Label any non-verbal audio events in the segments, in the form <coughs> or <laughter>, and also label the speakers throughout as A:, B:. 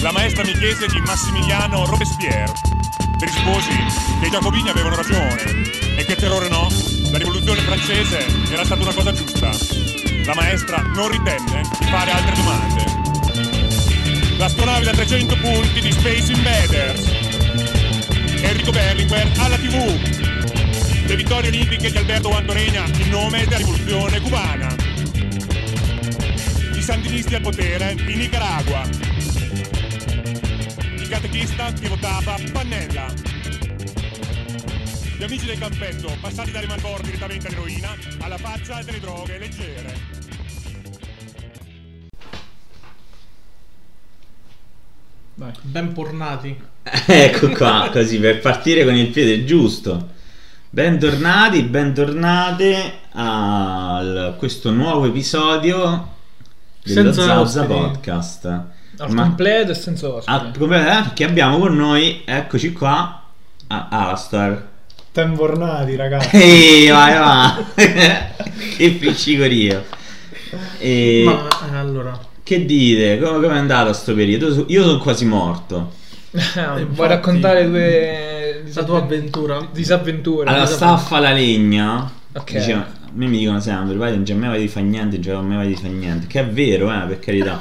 A: la maestra mi chiese di Massimiliano Robespierre. Per i sposi che i giacobini avevano ragione e che terrore no, la rivoluzione francese era stata una cosa giusta. La maestra non ritenne di fare altre domande. L'astronave da 300 punti di Space Invaders. Enrico Berlinguer alla TV. Le vittorie olimpiche di Alberto Antoregna in nome della rivoluzione cubana. I sandinisti al potere in Nicaragua. Il catechista che votava Pannella. Gli amici del campetto, passati dalle malborde direttamente all'eroina, alla faccia delle droghe leggere.
B: Dai, ben pornati.
C: <laughs> ecco qua, così per partire con il piede giusto. Bentornati, bentornate a questo nuovo episodio dello
B: Senza
C: Zauza
B: ospiti.
C: Podcast.
B: Al
C: Ma-
B: completo e senza ospite.
C: Ah, come- eh, che abbiamo con noi, eccoci qua,
B: <laughs>
C: a- Alastar.
D: Tembornati,
C: <laughs>
D: ragazzi.
C: Ehi, vai, vai. <laughs> che piccicorio. E
B: Ma eh, allora,
C: che dite? Come, come è andato sto periodo? Su- Io sono quasi morto.
B: vuoi raccontare due
E: La tua avventura?
B: disavventure?
C: Allora,
B: Disavventure.
C: staffa la legna.
B: Ok.
C: Diceva, a me mi dicono sempre, vai, non c'è mai vai di fa niente, non c'è mai vai di fa niente. Che è vero, eh, per carità.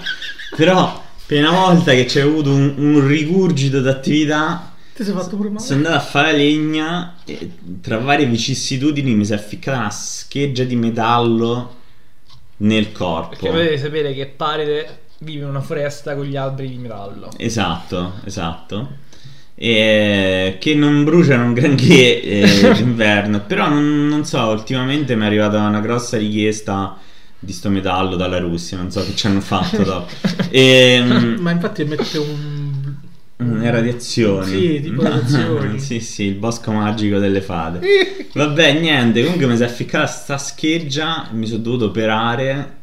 C: Però, per una volta che c'è avuto un, un rigurgito d'attività,
E: Ti sei fatto pure male?
C: sono andato a fare la legna e tra varie vicissitudini mi si è ficcata una scheggia di metallo nel corpo.
B: Perché potete sapere che Paride vive in una foresta con gli alberi di metallo.
C: Esatto, esatto. E- che non bruciano un granché
E: <laughs>
C: eh, d'inverno. Però non, non so, ultimamente mi è arrivata una grossa richiesta di sto metallo dalla Russia. Non so che ci
B: <laughs>
C: hanno
E: <laughs>
C: fatto dopo. E, mm,
E: Ma infatti emette un...
C: mm, radiazioni. <laughs>
E: Sì, tipo radiazioni.
C: sì, sì, il bosco magico delle
E: <laughs>
C: fate. Vabbè, niente. Comunque mi si è ficcata sta scheggia. Mi sono dovuto operare.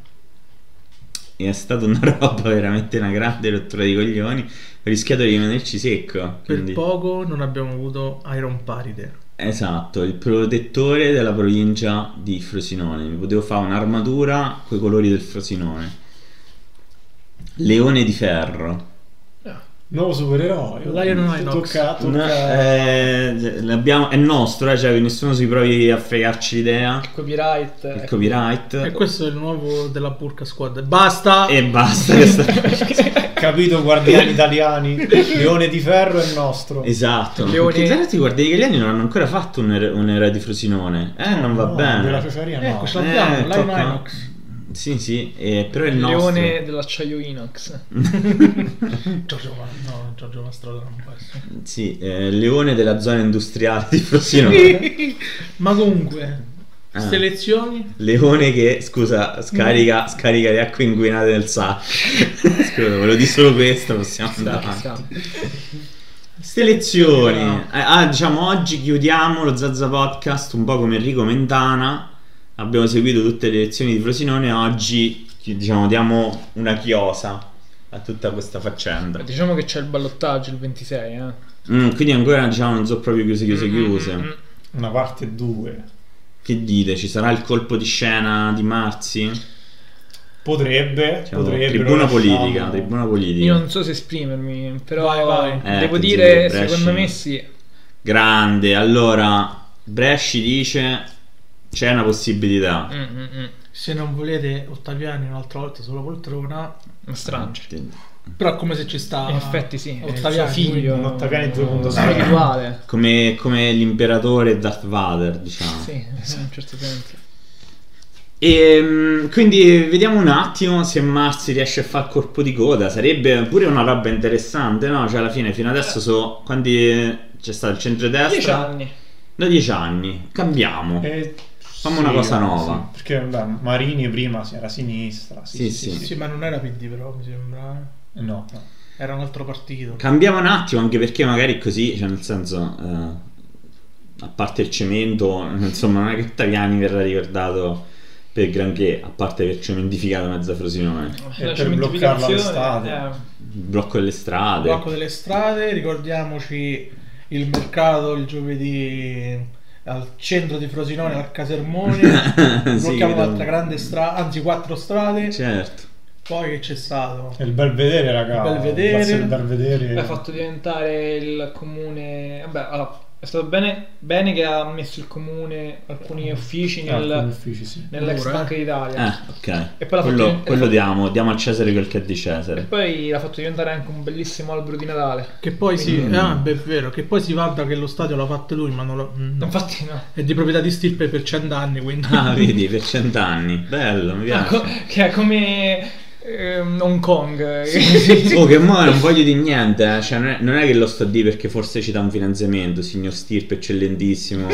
C: E è stata una <laughs> roba veramente una grande rottura di coglioni. Ho rischiato di rimanerci secco.
E: Per
C: quindi-
E: poco non abbiamo avuto Iron Paride.
C: Esatto, il protettore della provincia di Frosinone. Mi potevo fare un'armatura coi colori del Frosinone. Leone di ferro.
D: Nuovo supereroe.
E: Lion Inox.
D: Tocca, tocca.
C: No, eh, l'abbiamo- è nostro, eh, cioè che nessuno si provi a fregarci l'idea.
B: Copyright.
C: Il
B: eh.
C: copyright.
E: E questo è il nuovo della Burka Squad. Basta!
C: E basta. che
E: <laughs>
C: sta-
D: Capito, guardiani italiani. Leone di ferro è
C: <laughs>
D: nostro.
C: esatto.
B: Leone-
C: Perché tra l'altro i guardiani italiani non hanno ancora fatto un, er- un erede di Frosinone. Eh, non va
D: No, Della
C: bene.
D: ciociaria no.
E: Ecco, ce l'abbiamo,
C: Eh,
E: Lion
C: tocca-
E: Inox.
C: Sì, sì, eh, però è il
B: Il
C: nostro.
B: leone dell'acciaio
C: <laughs>
B: Inox.
E: Giorgio Ma- no, Giorgio Mastroda non può essere.
C: Sì, eh, leone della zona industriale di Frosinone.
E: <laughs> Ma comunque,
C: Ah.
E: selezioni?
C: leone che, scusa,
B: Mm.
C: scarica, scarica le acque inguinate nel
B: <laughs>
C: sacco. scusa, volevo dire solo questo, possiamo andare. Selezioni.
E: No.
C: Eh, ah, diciamo, oggi chiudiamo lo Zazza Podcast un po' come Enrico Mentana. Abbiamo seguito tutte le lezioni di Frosinone, oggi chi- diciamo diamo una chiosa a tutta questa faccenda.
B: Diciamo che c'è il ballottaggio il 26, eh.
C: Mm, quindi ancora diciamo non so proprio chiuse chiuse chiuse.
B: Mm.
D: Una parte 2.
C: Che dite? Ci sarà il colpo di scena di Marzi?
D: Potrebbe,
C: Diciamo,
D: potrebbe.
C: tribuna
D: lo lasciamo.
C: politica, tribuna politica.
B: Io non so se esprimermi, però
E: Vai, vai.
C: Eh,
B: devo
C: che
B: dire,
C: zio,
B: secondo
C: Bresci.
B: me sì.
C: Grande. Allora, Bresci dice c'è una possibilità.
B: Mm, mm, mm.
E: Se non volete Ottaviani un'altra volta sulla poltrona,
B: Ma strange.
E: però è come se ci sta...
B: In effetti sì, è il suo
E: Ottaviani,
B: figlio.
D: un Ottaviani 2.0.
B: È uguale.
C: Come, come l'imperatore Darth Vader, diciamo.
B: Sì, in un certo senso.
C: E, Ehm, quindi vediamo un attimo se Marzi riesce a fare colpo di coda. Sarebbe pure una roba interessante, no? Cioè, alla fine, fino adesso so quanti. C'è stato il
B: Dieci
C: centrodestra
B: anni.
C: da 10 anni. Cambiamo.
D: Eh,
C: Fammi una cosa nuova.
D: sì, perché vabbè, Marini prima si era a sinistra.
C: Sì,
D: Sì, sì.
C: sì.
D: sì,
E: Sì, ma non era PD però, mi sembra. eh.
D: No, no.
E: Era un altro partito.
C: Cambiamo un attimo anche perché magari così, cioè nel senso, eh, a parte il cemento, <laughs> insomma non è che Ottaviani verrà ricordato per granché, a parte aver cementificato mezza Frosinone,
D: per
B: cementificazione,
D: bloccarla d'estate.
B: eh.
C: il blocco delle strade. <laughs>
E: blocco delle strade, ricordiamoci il mercato il giovedì al centro di Frosinone, al Casermone,
C: <laughs> Sì,
E: blocchiamo
C: vedo.
E: un'altra grande strada, anzi quattro strade,
C: Certo.
E: Poi che c'è stato?
D: È il belvedere, raga.
E: Il Belvedere.
D: Piazza del Belvedere.
B: L'ha eh, fatto diventare il comune. Vabbè, allora, è stato bene, bene che ha messo il comune alcuni uffici
D: Ah,
B: nel-
D: alcuni uffici, sì.
B: nell'ex
E: Allora, eh.
B: Banca d'Italia.
C: Eh, ok.
B: E poi la
C: quello
B: fattura-
C: quello diamo, diamo a Cesare quel che è di
B: E
C: Cesare.
B: poi l'ha fatto diventare anche un bellissimo albero di Natale.
E: Che poi si.
C: Mm.
E: Ah, beh, è vero, che poi si vanta che lo stadio l'ha fatto lui, ma non lo. mm, no.
B: Infatti, no.
E: È di proprietà di stirpe per cent'anni, quindi.
C: Ah,
E: <laughs>
C: vedi, per cent'anni. Bello, mi
B: Ah, co-
C: piace.
B: che è come ehm, Hong Kong. <laughs>
C: Oh, che mo
E: <laughs>
C: non voglio di niente, eh. cioè, non, è, non è che lo sto a dire perché forse ci dà un finanziamento, signor Stirpe,
E: <laughs>
C: eccellentissimo,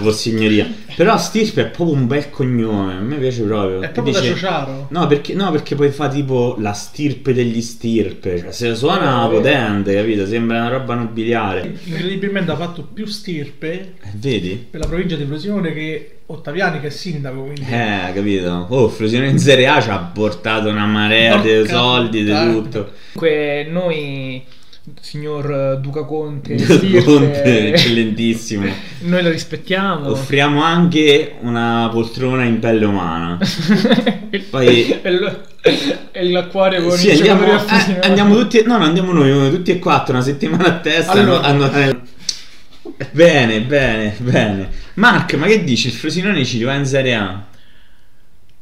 C: vossignoria. Però Stirpe è proprio un bel cognome, a me piace proprio.
E: È proprio da
C: Dice-
E: Ciociaro.
C: No perché, no, perché poi fa tipo la stirpe degli stirpe, cioè se
E: Eh,
C: suona potente, capito? Sembra una roba nobiliare.
E: Incredibilmente ha fatto più stirpe
C: Eh, Vedi?
E: per la provincia di Frosinone che Ottaviani, che è sindaco. Quindi.
C: Eh, capito? Oh, Frosinone in Serie A ci ha portato una marea di
E: Porca
C: soldi, di
E: puttana.
C: tutto.
B: Comunque, noi, signor eh, Duca Conte, Sirte,
C: Conte, eccellentissimo.
B: noi lo rispettiamo. <laughs>
C: Offriamo anche una poltrona in pelle umana. Poi-
B: e, lo- e l'acquario con
C: Sì,
B: i
C: andiamo,
B: giocatori a
C: eh,
B: Frosinone.
C: andiamo tutti, no, no, andiamo noi, tutti e quattro, una settimana a testa.
E: Allora.
C: hanno- hanno- Bene, bene, bene. Mark, ma che dici? Il Frosinone ci va in Serie A?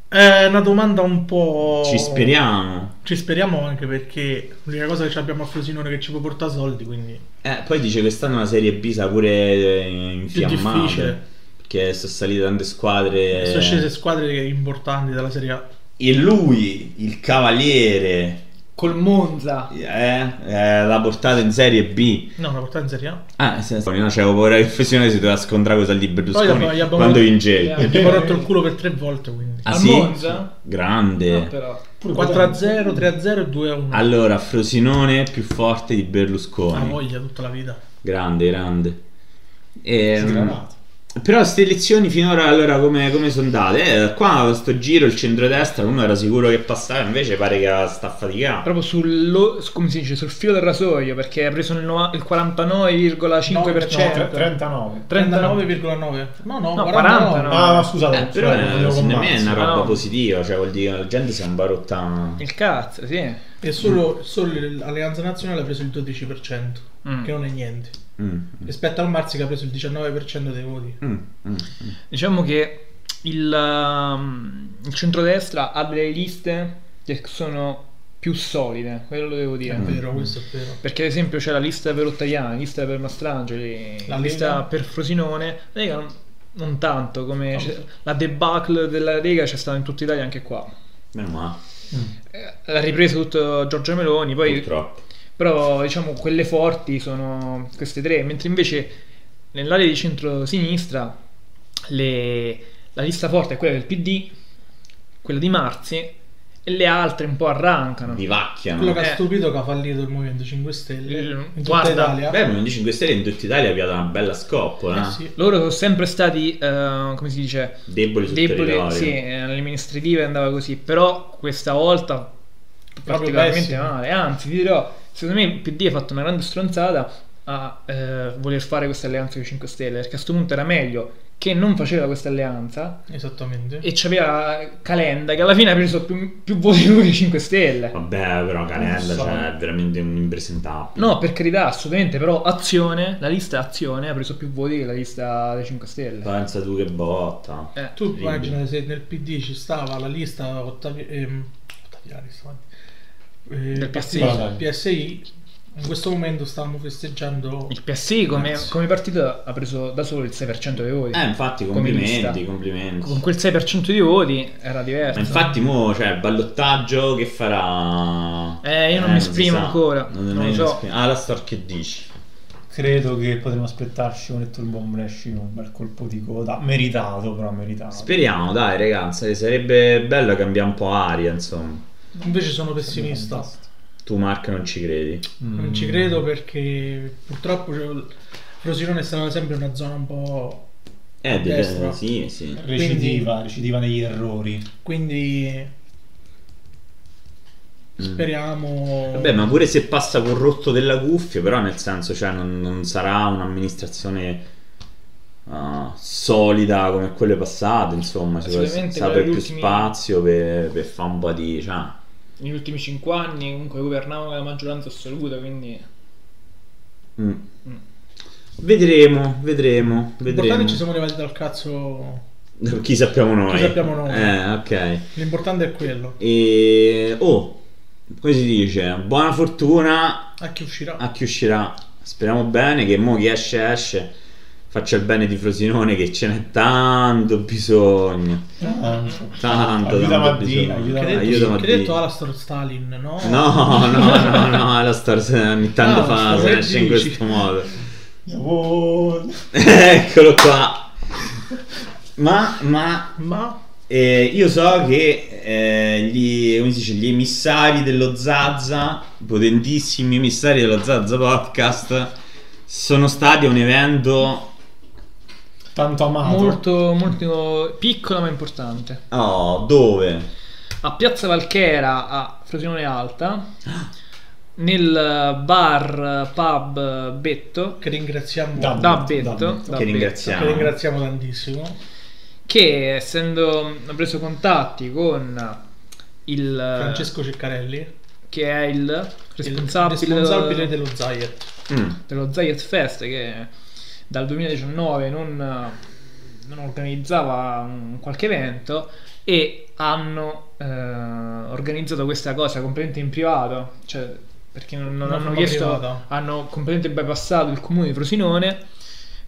E: È una domanda un po'.
C: Ci speriamo.
E: Ci speriamo anche perché l'unica cosa che abbiamo a Frosinone che ci può portare soldi, quindi.
C: Eh, poi dice quest'anno una Serie B sa pure eh,
E: difficile.
C: infiammata. Perché sono salite tante squadre.
E: Sono scese squadre importanti della Serie A.
C: E lui, il cavaliere,
B: Col Monza.
C: eh, eh, l'ha portato in Serie B.
E: No, una portata in Serie A.
C: Ah, sì, sì, no, c'avevo paura che il Frosinone si doveva scontrare con i di Berlusconi
E: abbiamo- gli abbiamo-
C: quando vincevi.
E: Gli abbiamo rotto il culo per tre volte, quindi.
C: Eh. Ah,
B: Al
C: sì?
B: Monza?
C: Grande.
B: No, però.
D: Pure
E: 4 a
D: potente.
E: 0, 3 a 0 e 2 a 1.
C: Allora, Frosinone più forte di
E: Ha
C: Berlusconi.
E: voglia tutta la vita.
C: Grande, grande. Ehm,
D: Sgranato.
C: però queste elezioni finora allora come, come sono andate? Eh, qua sto giro il centrodestra uno era sicuro che passava, invece pare che sta faticando.
B: Proprio sul, lo- come si dice, sul filo del rasoio perché ha preso il, nova- il 49,5%.
D: No, tre- 39.
E: 39,9. No, no,
B: No,
E: 49.
B: 49.
D: Ah, scusate,
C: Eh,
E: cioè,
C: però eh,
D: volevo
C: secondo me è
D: combattere.
C: una roba
B: Ah, no.
C: positiva, cioè vuol dire che la gente si è imbarotta.
B: Il cazzo, sì.
E: E solo, solo l'Alleanza Nazionale ha preso il 12%,
B: Mm.
E: che non è niente.
C: Mm,
E: Rispetto al Marzi che ha preso il 19% dei voti.
C: mm, mm.
B: Diciamo che il, um, il centrodestra ha delle liste che sono più solide, quello lo devo
E: È
B: dire.
E: vero, questo è vero.
B: Perché ad esempio c'è la lista per Ottaviani, la lista per Mastrangeli,
E: La
B: la lista
E: Lega?
B: per Frosinone, la Lega non, non tanto come c'è- la debacle della Lega c'è stata in tutta Italia anche qua.
C: Meno male,
B: Eh, L'ha ripreso tutto Giorgio Meloni, poi
C: purtroppo.
B: però diciamo quelle forti sono queste tre, mentre invece nell'area di centro-sinistra le- la lista forte è quella del PD, quella di Marzi e le altre un po' arrancano.
C: Vivacchiano.
E: Quello che
B: Eh.
E: ha stupito che ha fallito il Movimento 5 Stelle
B: Il-
E: in tutta
B: guarda,
E: Italia.
C: Beh, il Movimento 5 Stelle in tutta Italia vi ha dato una bella
E: Eh
C: scoppola. eh.
E: sì.
B: Loro sono sempre stati, eh, come si dice,
C: Deboli sul
B: deboli,
C: territorio.
B: sì, eh, alle amministrative andava così, però questa volta particolarmente
E: pessimo.
B: male, anzi ti dirò, secondo me il PD ha fatto una grande stronzata a eh, voler fare questa alleanza con i 5 Stelle, perché a questo punto era meglio che non faceva questa alleanza
E: Esattamente.
B: e c'aveva Calenda che alla fine ha preso più, più voti lui che i 5 Stelle.
C: Vabbè, però Calenda
D: Non so.
C: cioè, è veramente un impresentabile.
B: No, per carità, assolutamente, però Azione, la lista Azione ha preso più voti che la lista dei 5 Stelle.
C: Pensa tu che botta.
B: Eh,
E: Tu
C: Rimbi.
E: immagina se nel PD ci stava la lista Ottavi- ehm, Ottaviani, stava- eh,
B: Del
E: PSI.
D: PSI.
E: PSI. In questo momento stavamo festeggiando
B: Il PSI come,
E: Grazie.
B: come partito ha preso da solo il 6% dei voti.
C: Eh, infatti,
B: Come
C: complimenti,
B: lista.
C: complimenti.
B: Con quel 6% di voti era
C: Ma
B: diverso.
C: infatti, mo, cioè, il ballottaggio che farà?
B: Eh, io non mi
C: si
B: esprimo
C: sa.
B: ancora, non lo
C: mi
B: so.
C: esprimo. Ah, la stor che dici?
D: Credo che potremmo aspettarci un Ettore Bombresci con un bel colpo di coda. Meritato, però meritato.
C: Speriamo, dai, ragazzi, eh, sarebbe bello cambiare un po' aria, insomma.
E: Invece sono pessimista.
C: Tu, Mark, non ci credi.
D: Mm.
E: Non ci credo perché purtroppo cioè, il Frosinone è stata sempre una zona un po'.
C: Eh, de-
E: Destra.
C: sì, Mm. sì.
D: Recidiva, recidiva negli errori.
E: Quindi speriamo.
C: Vabbè, ma pure se passa col rotto della cuffia, però nel senso, cioè, non, non sarà un'amministrazione ah, solida come quelle passate, insomma, sicuramente
B: Sicuramente
C: sarà per
B: quella
C: più
B: degli ultimi-
C: spazio per, per fare un po' di... Cioè,
B: negli ultimi 5 anni comunque governavano la maggioranza assoluta, quindi
C: Mm. Vedremo, vedremo,
E: L'importante è
C: vedremo.
E: che ci siamo arrivati dal cazzo.
C: <laughs> Chi sappiamo noi.
E: Chi sappiamo noi.
C: Eh, ok.
E: L'importante è quello.
C: E... Oh, come si dice? Buona fortuna
E: A chi uscirà?
C: a chi uscirà. Speriamo bene che mo chi esce esce faccia il bene di Frosinone che ce n'è tanto bisogno.
E: Ah.
D: Tanto.
C: Tanto,
D: Aiutami
C: tanto
D: a dire,
C: bisogno.
E: che ha
D: aiutami
E: detto,
D: a
C: Aiutami a
E: che ha
C: dire.
E: detto Alastor Stalin, no?
C: No, no, no, no, Alastor se- ogni tanto fa,
E: Alastor,
C: se
E: che
C: esce in
E: dici?
C: questo modo. <laughs>
D: Yavol.
C: Eccolo qua. Ma, ma
E: Ma
C: eh, io so che eh, gli, come si dice, gli emissari dello Zazza, potentissimi emissari dello Zazza Podcast, sono stati a un evento...
D: Tanto amato.
B: molto, molto piccolo ma importante.
C: Oh, dove?
B: A Piazza Valchera a Frosinone
C: <gasps>
B: Alta, nel bar pub Betto,
E: che ringraziamo.
D: Da-
B: da
D: Da
B: Betto,
D: Betto.
B: da
C: che
B: Betto.
E: Che
C: ringraziamo.
E: ringraziamo tantissimo.
B: che essendo ha preso contatti con il
E: Francesco Ceccarelli.
B: che è il responsabile,
E: il responsabile dello Zayet.
C: Mm.
B: dello Zayat Fest che dal 2019 non, non organizzava un- qualche evento e hanno eh, organizzato questa cosa completamente in privato cioè perché non, non
E: Una
B: hanno
E: forma
B: chiesto
E: privata.
B: hanno completamente bypassato il comune di Frosinone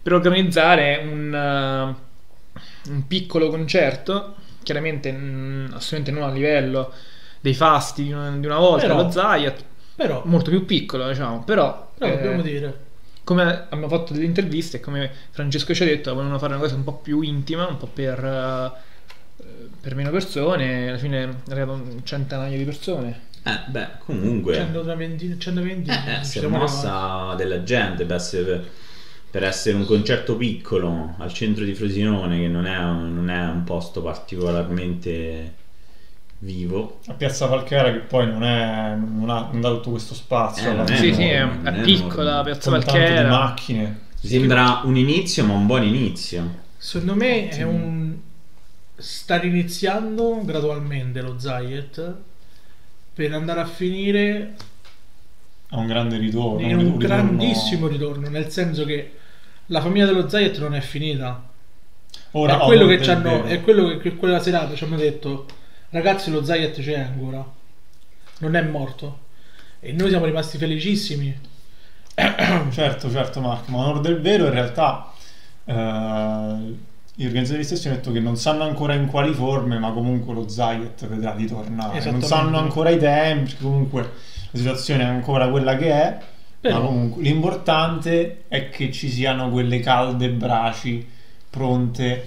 B: per organizzare un, eh, un piccolo concerto chiaramente mm, assolutamente non a livello dei fasti di una, di una volta
E: Però-
B: lo Zayat
E: Però,
B: molto più piccolo, diciamo, però,
E: però
B: eh,
E: dobbiamo dire,
B: come abbiamo fatto delle interviste e come Francesco ci ha detto, volevano fare una cosa un po' più intima, un po' per, eh, per meno persone, alla fine è arrivato un centinaio di persone.
C: Eh, beh, comunque...
B: cioè,
E: 120, 120
C: Eh, eh,
E: ci
C: si è
B: diciamo
E: siamo
C: mossa della gente per essere, per essere un concerto piccolo al centro di Frosinone, che non è, un- non è un posto particolarmente vivo.
D: A Piazza Valchera che poi non è non ha, non dà tutto questo spazio
C: Eh,
D: alla
C: non
D: fine,
B: sì,
C: enorme,
B: sì, è,
C: non
B: è
C: è
B: piccola,
C: enorme.
B: Piazza
D: con tanto di
B: Valchera.
D: macchine.
C: Mi Sembra un inizio, ma un buon inizio.
E: Secondo me è un stare iniziando gradualmente lo Zayet per andare a finire
D: Ha un grande ritorno.
E: in un
D: Oh, ritorno-
E: grandissimo ritorno, nel senso che la famiglia dello Zayet non è finita.
D: Ora,
E: è,
D: oh,
E: quello che
D: del
E: ci hanno,
D: vero.
E: è quello che- che quella serata ci hanno detto, ragazzi lo Zayet c'è ancora, non è morto. E noi siamo rimasti felicissimi.
D: Certo, certo Marco, ma onore del vero in realtà eh, gli organizzatori stessi hanno detto che non sanno ancora in quali forme, ma comunque lo Zayet vedrà di tornare. Non
E: Esattamente.
D: sanno ancora i tempi, perché comunque la situazione è ancora quella che è,
E: Però-
D: ma comunque l'importante è che ci siano quelle calde braci pronte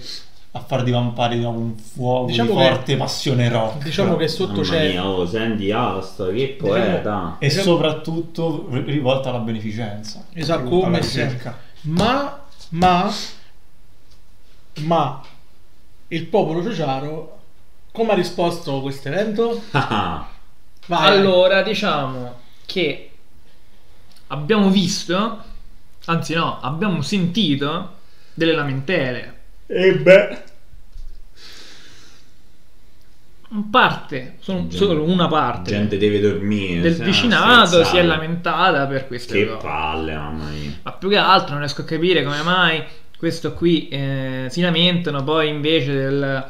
D: a far divampare da un fuoco
E: Diciamo
D: di
E: che-
D: forte passione rock.
E: Diciamo che sotto
C: Mamma
E: c'è...
C: mia, oh, Sandy Asta, che poeta.
E: diciamo
D: E soprattutto ri- rivolta alla beneficenza.
E: Esatto,
D: alla
E: come
D: ricerca.
E: sempre. Ma, ma, ma il popolo ciociaro come ha risposto a questo evento?
C: <laughs> Ah, ah.
E: Vai,
B: Allora, diciamo che abbiamo visto, anzi no, abbiamo sentito delle lamentele.
C: e Eh beh.
B: In parte, sono
C: Gente-
B: solo una parte
C: Gente deve dormire.
B: del
C: se no,
B: vicinato si è
C: scherzare.
B: lamentata per queste
C: Che
B: cose.
C: palle, mamma mia.
B: Ma più che altro non riesco a capire come mai questo qui eh, si lamentano, poi invece del,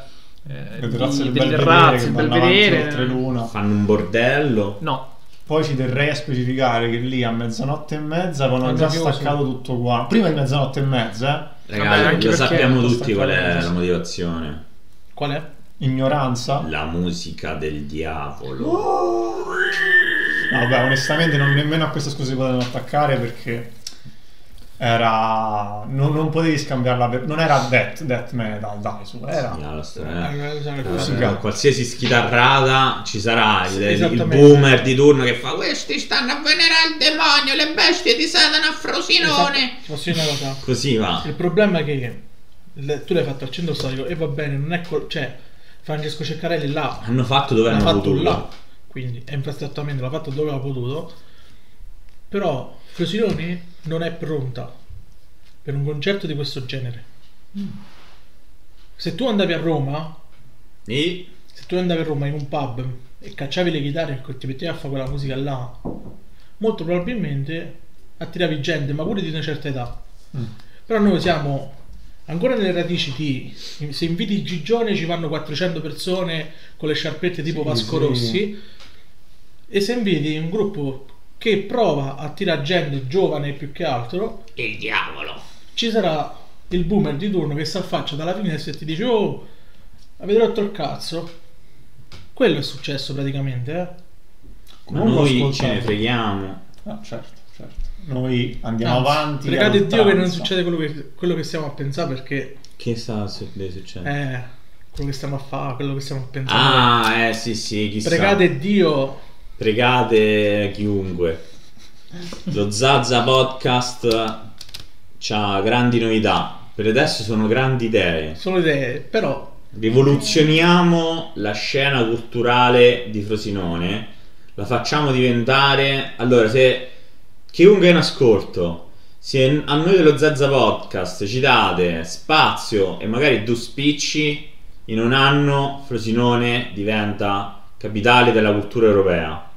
B: eh,
D: Le
B: di-
D: terrazze del
B: delle
D: Belvedere
B: razze,
D: che
B: del
D: vanno
B: Belvedere.
D: avanti oltre l'una.
C: Fanno un bordello.
B: No,
D: Poi ci terrei a specificare che lì a mezzanotte e mezza avevano
E: Hanno
D: già
E: chiuso.
D: staccato tutto qua. Prima di mezzanotte e mezza, eh?
C: Ragazzi,
B: Vabbè, anche
C: lo
B: perché
C: sappiamo
D: lo
C: tutti qual è la
D: staccavo.
C: motivazione.
E: Qual è?
D: Ignoranza.
C: La musica del diavolo.
D: Vabbè, onestamente non nemmeno a questa scusa si potevano attaccare perché era... Non, non potevi scambiarla per... Non era death, death metal, dai, su. Era...
C: Signora, sto- eh.
E: Allora, sai Esatto. cosa?
D: musica.
C: Eh, qualsiasi schitarrata ci sarà il, il
E: esattamente.
C: boomer di turno che fa
F: Questi stanno a venerare il demonio, le bestie di Satana a Frosinone.
E: Esatto, Posso dire una cosa?
C: così va
E: Il problema è che il- tu l'hai fatto al centro storico e va bene, non è col- cioè Francesco Ceccarelli là,
C: hanno fatto dove
E: l'ha
C: hanno
E: fatto
C: potuto
E: là, quindi è infrastrattamente, l'ha fatto dove ha potuto, però Frosinone non è pronta per un concerto di questo genere. Se tu andavi a Roma,
C: E
E: se tu andavi a Roma in un pub e cacciavi le chitarre e ti mettevi a fare quella musica là, molto probabilmente attiravi gente, ma pure di una certa età.
D: Mm.
E: Però noi siamo ancora nelle radici di se inviti Gigione ci vanno 400 persone con le sciarpette tipo
D: Sì,
E: Vasco
D: sì.
E: Rossi e se inviti un gruppo che prova a attirare gente giovane più che altro
F: Il diavolo.
E: ci sarà il boomer di turno che si affaccia dalla finestra e ti dice oh avete rotto il cazzo quello è successo praticamente eh?
C: Ma
D: Non l'ho
C: noi ce
D: ascoltato.
C: ne freghiamo.
D: Ah, certo, certo. Noi andiamo
E: Anzi,
D: avanti. a
E: pregate Dio che non
D: oltranza.
E: succede quello che, quello che stiamo a pensare perché
C: Che sa se deve succedere?
E: eh, quello che stiamo a fare quello che stiamo a pensare
C: ah, eh sì, sì, chissà.
E: pregate Dio
C: Pregate chiunque. Lo Zazza Podcast ha grandi novità. Per adesso sono grandi idee.
E: sono idee però
C: Rivoluzioniamo la scena culturale di Frosinone. La facciamo diventare. Allora, se chiunque è in ascolto, se a noi dello Zazza Podcast ci date spazio e magari due spicci, in un anno Frosinone diventa capitale della cultura europea.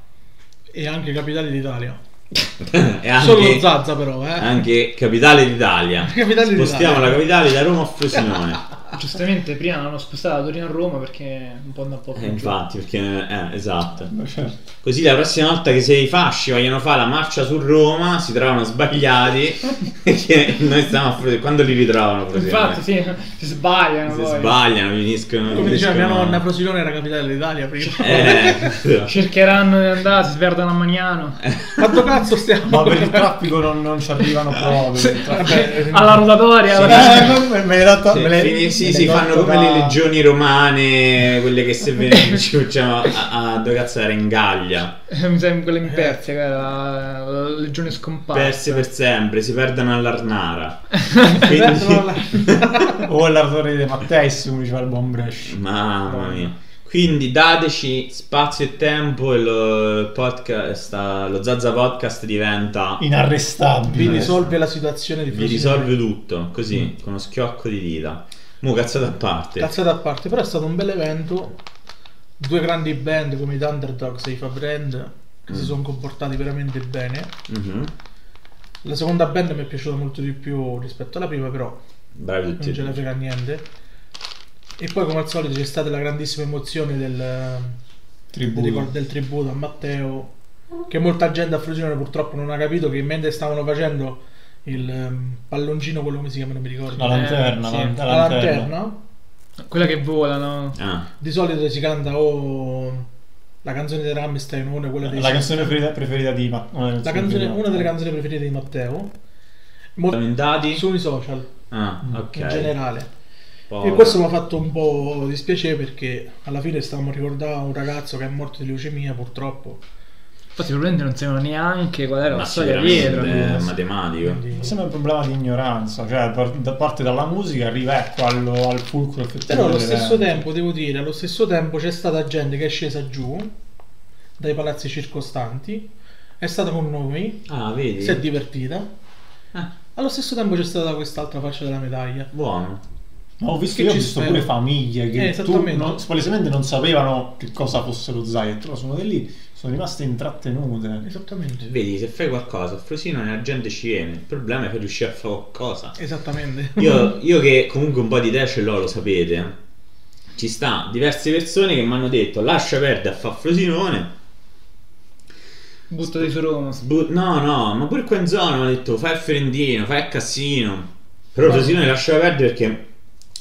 E: e anche capitale d'Italia
C: <laughs> e anche,
E: solo Zazza però eh <laughs>
C: anche capitale d'Italia.
E: Capitale d'Italia.
C: Spostiamo la capitale da Roma a Frosinone.
B: Giustamente prima l'hanno spostata da Torino a Roma perché un po' da un po'
C: Eh,
B: più giù.
C: infatti, perché eh, esatto.
D: Ma certo.
C: Così la prossima volta che se i fasci vogliono fare la marcia su Roma, si trovano sbagliati. <laughs> perché noi stiamo a Frosinone. Quando li ritrovano Frosinone?
B: Infatti, sì, si sbagliano
C: Se
B: poi.
C: eh. sbagliano, finiscono.
E: come diceva mia
C: finiscono-
E: nonna Frosinone era capitale d'Italia prima
C: Eh,
B: Cercheranno di andare, si sperdono a Magnano.
E: <laughs> quanto cazzo stiamo
D: Ma per
E: <laughs>
D: il traffico non, non
C: <laughs>
D: ci arrivano prove. il
B: <laughs>
D: traffico-
B: Alla rotatoria. alla-
D: Eh, non- me me l'hai dato-
C: Sì,
D: me l'hai-
C: fini- sì,
D: me l'hai
C: sì,
D: dato
C: fanno come
D: da-
C: le legioni romane, quelle che se <laughs> vengono cioè, a, a dove cazzo era in Gallia.
B: <laughs> Mi sembra quella in Persia, che era la legione scomparsa.
C: perse per sempre, si perdono
E: <laughs>
C: all'Arnara.
E: Perdono
D: <laughs> O all'ardore di Matteis, come diceva il buon Bresci.
C: <laughs> Mamma mia. Quindi dateci spazio e tempo e lo, il podcast, lo Zazza Podcast diventa...
E: vi
D: Inarrestabile.
E: risolve la situazione di
C: Vi
E: Frosinone.
C: risolve tutto,
E: Mm.
C: così, con uno schiocco di dita. Mo cazzate a parte.
E: Cazzate a parte, però è stato un bel evento. Due grandi band come i Thunderdogs e i Fabrand che si
C: Mm.
E: sono comportati veramente bene.
C: Mhm.
E: La seconda band mi è piaciuta molto di più rispetto alla prima, però
C: Bravi tutti.
E: non
C: e
E: ce ne
C: due.
E: frega niente. E poi come al solito c'è stata la grandissima emozione del, del
D: Tributo.
E: ricor- del tributo a Matteo, che molta gente a Frosinone purtroppo non ha capito che mentre stavano facendo il ehm, palloncino, quello come si chiama, non mi ricordo,
D: La lanterna,
B: Eh,
D: la-
B: sì.
D: la
E: la
D: lanterna.
E: lanterna
B: Quella che vola, no?
C: Ah,
E: Di solito si canta o la canzone dei Rammstein, una, quella dei
D: La canzone preferita, preferita di Matteo.
E: la canzone- una delle canzoni preferite di Matteo. Molto
C: lamentati?
E: sui social
C: Ah,
E: in
C: ok.
E: generale.
D: Oh.
C: Poi-
E: E questo mi ha fatto un po' dispiacere perché alla fine stavamo ricordando un ragazzo che è morto di leucemia purtroppo.
B: Infatti, probabilmente non sapevano neanche qual era
C: Ma
B: la storia
C: sicuramente eh,
B: dietro.
C: è matematico.
E: Quindi-
D: Sembra un problema di ignoranza, cioè par- da parte dalla musica arriva ecco allo- al fulcro effettivo.
E: Però allo
D: dell'evento.
E: stesso tempo, devo dire, allo stesso tempo c'è stata gente che è scesa giù dai palazzi circostanti, è stata con noi,
C: Ah, vedi?
E: si è divertita.
C: Ah.
E: Allo stesso tempo c'è stata quest'altra faccia della medaglia.
C: Buono.
D: Ma ho visto,
E: Che
D: io ho
E: ci
D: visto
E: spero.
D: pure famiglie
E: Eh,
D: che tu,
E: esattamente.
D: non, palesemente non sapevano che cosa fosse lo Zayet, però sono di lì, sono rimaste intrattenute.
E: Esattamente.
C: Vedi, se fai qualcosa a Frosinone la gente ci viene. Il problema è che riuscire a fare qualcosa.
E: Esattamente.
C: Io, io che comunque un po' di idea ce l'ho, lo sapete. Ci sta diverse persone che mi hanno detto lascia perdere a fa Frosinone.
B: Buttati su Roma.
C: Bu- no, no, ma pure qua in zona mi hanno detto fai a Ferendino, fai a Cassino. Però Frosinone lascia perdere perché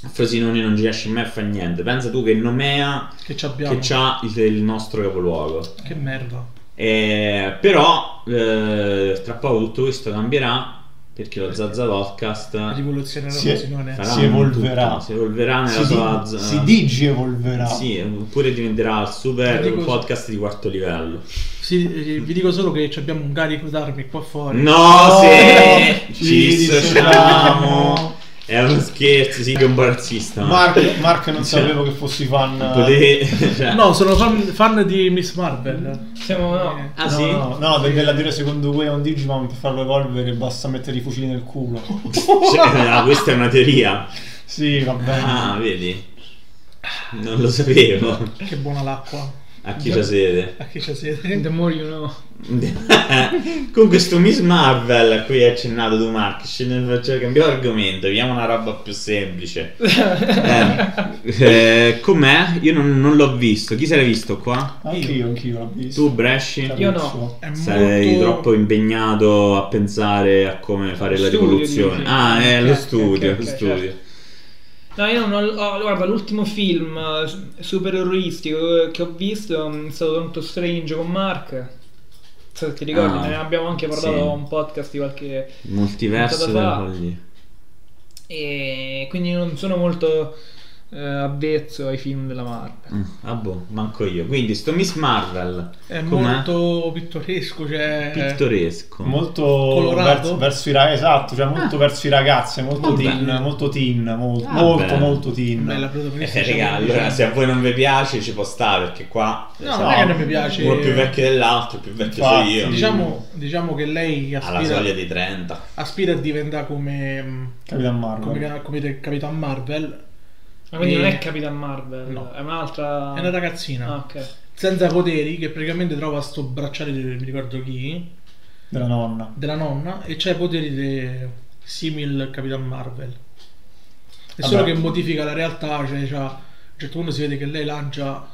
C: a Frosinone non ci riesce mai a fare niente. Pensa tu che nomea
E: <laughs> Che ci abbiamo.
C: che c'ha il- il nostro capoluogo.
E: Che merda.
C: Eh, però eh, tra poco tutto questo cambierà perché lo Zazza Podcast
E: Rivoluzionerà
D: Sì.
E: Frosinone.
C: farà
D: Si evolverà.
C: tutto, si evolverà nella
D: Si,
C: sua
D: di- si digievolverà.
C: Sì, oppure diventerà il super
E: Dico-
C: podcast di quarto livello.
E: Sì, eh, vi dico solo che ci abbiamo un carico d'armi qua fuori.
C: No, se
D: ci
C: ci dissociamo.
D: dissociamo.
C: È uno scherzo, sì, che è un po' razzista. ma-
D: Mark, Mark non
C: Cioè,
D: sapevo che fossi fan.
C: pote- <laughs> cioè-
E: No, sono fan, fan di Miss Marvel.
B: Siamo, no.
E: Eh,
C: Ah,
D: no,
C: sì?
D: no, no, de- della dire secondo voi è un Digimon per farlo evolvere basta mettere i fucili nel culo.
C: Cioè, ah, questa è una teoria.
D: sì, va bene.
C: Ah, vedi? Non lo sapevo.
E: Che buona l'acqua.
C: A chi la sede?
E: A chi c'è
B: The
E: sede?
B: more you know.
C: <laughs> Comunque sto Miss Marvel a cui hai accennato tu Mark, ce ne faccio cambiare argomento, vediamo una roba più semplice. Eh, eh, com'è? Io non, non l'ho visto, chi se l'ha visto qua?
D: Anch'io, anch'io l'ho visto.
C: Tu Bresci?
D: Cioè,
B: Io no.
D: penso-
E: È
C: Sei
E: molto-
C: troppo impegnato a pensare a come fare la
B: Studio,
C: rivoluzione.
B: dici.
C: Ah, è lo
B: Ok,
C: studio,
B: ok, certo. ok,
C: lo studio.
B: No, io non ho, oh, guarda, l'ultimo film eh, s- supereroistico eh, che ho visto mm, è stato Doctor Strange con Mark. Non so se ti ricordi,
C: Ah,
B: ne abbiamo anche parlato
C: sì.
B: in un podcast di qualche...
C: Multiverso
B: Puntata
C: della
B: fa.
C: follia.
B: E quindi non sono molto eh, avvezzo ai film della Marvel.
C: Mm, Ah boh, manco io. Quindi sto Miss Marvel
E: È
C: com'è?
E: molto pittoresco,
B: Eh.
E: cioè...
C: pittoresco.
D: Molto
E: Colorato?
D: vers- verso i ragazzi, esatto, cioè molto verso i ragazzi, molto
C: Vabbè.
D: teen, molto teen, mol-
C: Ah,
D: molto,
C: beh.
D: molto teen.
E: Bella
C: Eh,
E: protagonista. cioè,
C: eh, raga, allora se a voi non vi piace ci può stare perché qua
E: No, non è che non mi piace.
C: uno è più vecchio dell'altro, il più vecchio sono
D: Infatti,
C: io.
E: Diciamo, diciamo che lei
C: Alla soglia
E: aspira,
C: dei 30.
E: aspira a diventare come, mh,
D: Capitan Marvel.
E: come, come te- Capitan Marvel.
B: Ma quindi
E: E-
B: non è Capitan Marvel,
E: No.
B: è un'altra...
E: È una ragazzina
B: Ah, ok.
E: senza poteri che praticamente trova sto bracciale di mi ricordo chi
D: Della nonna.
E: della nonna e c'ha i poteri di simil Capitan Marvel. È
D: Vabbè.
E: solo che modifica la realtà, cioè c'ha- a un certo punto si vede che lei lancia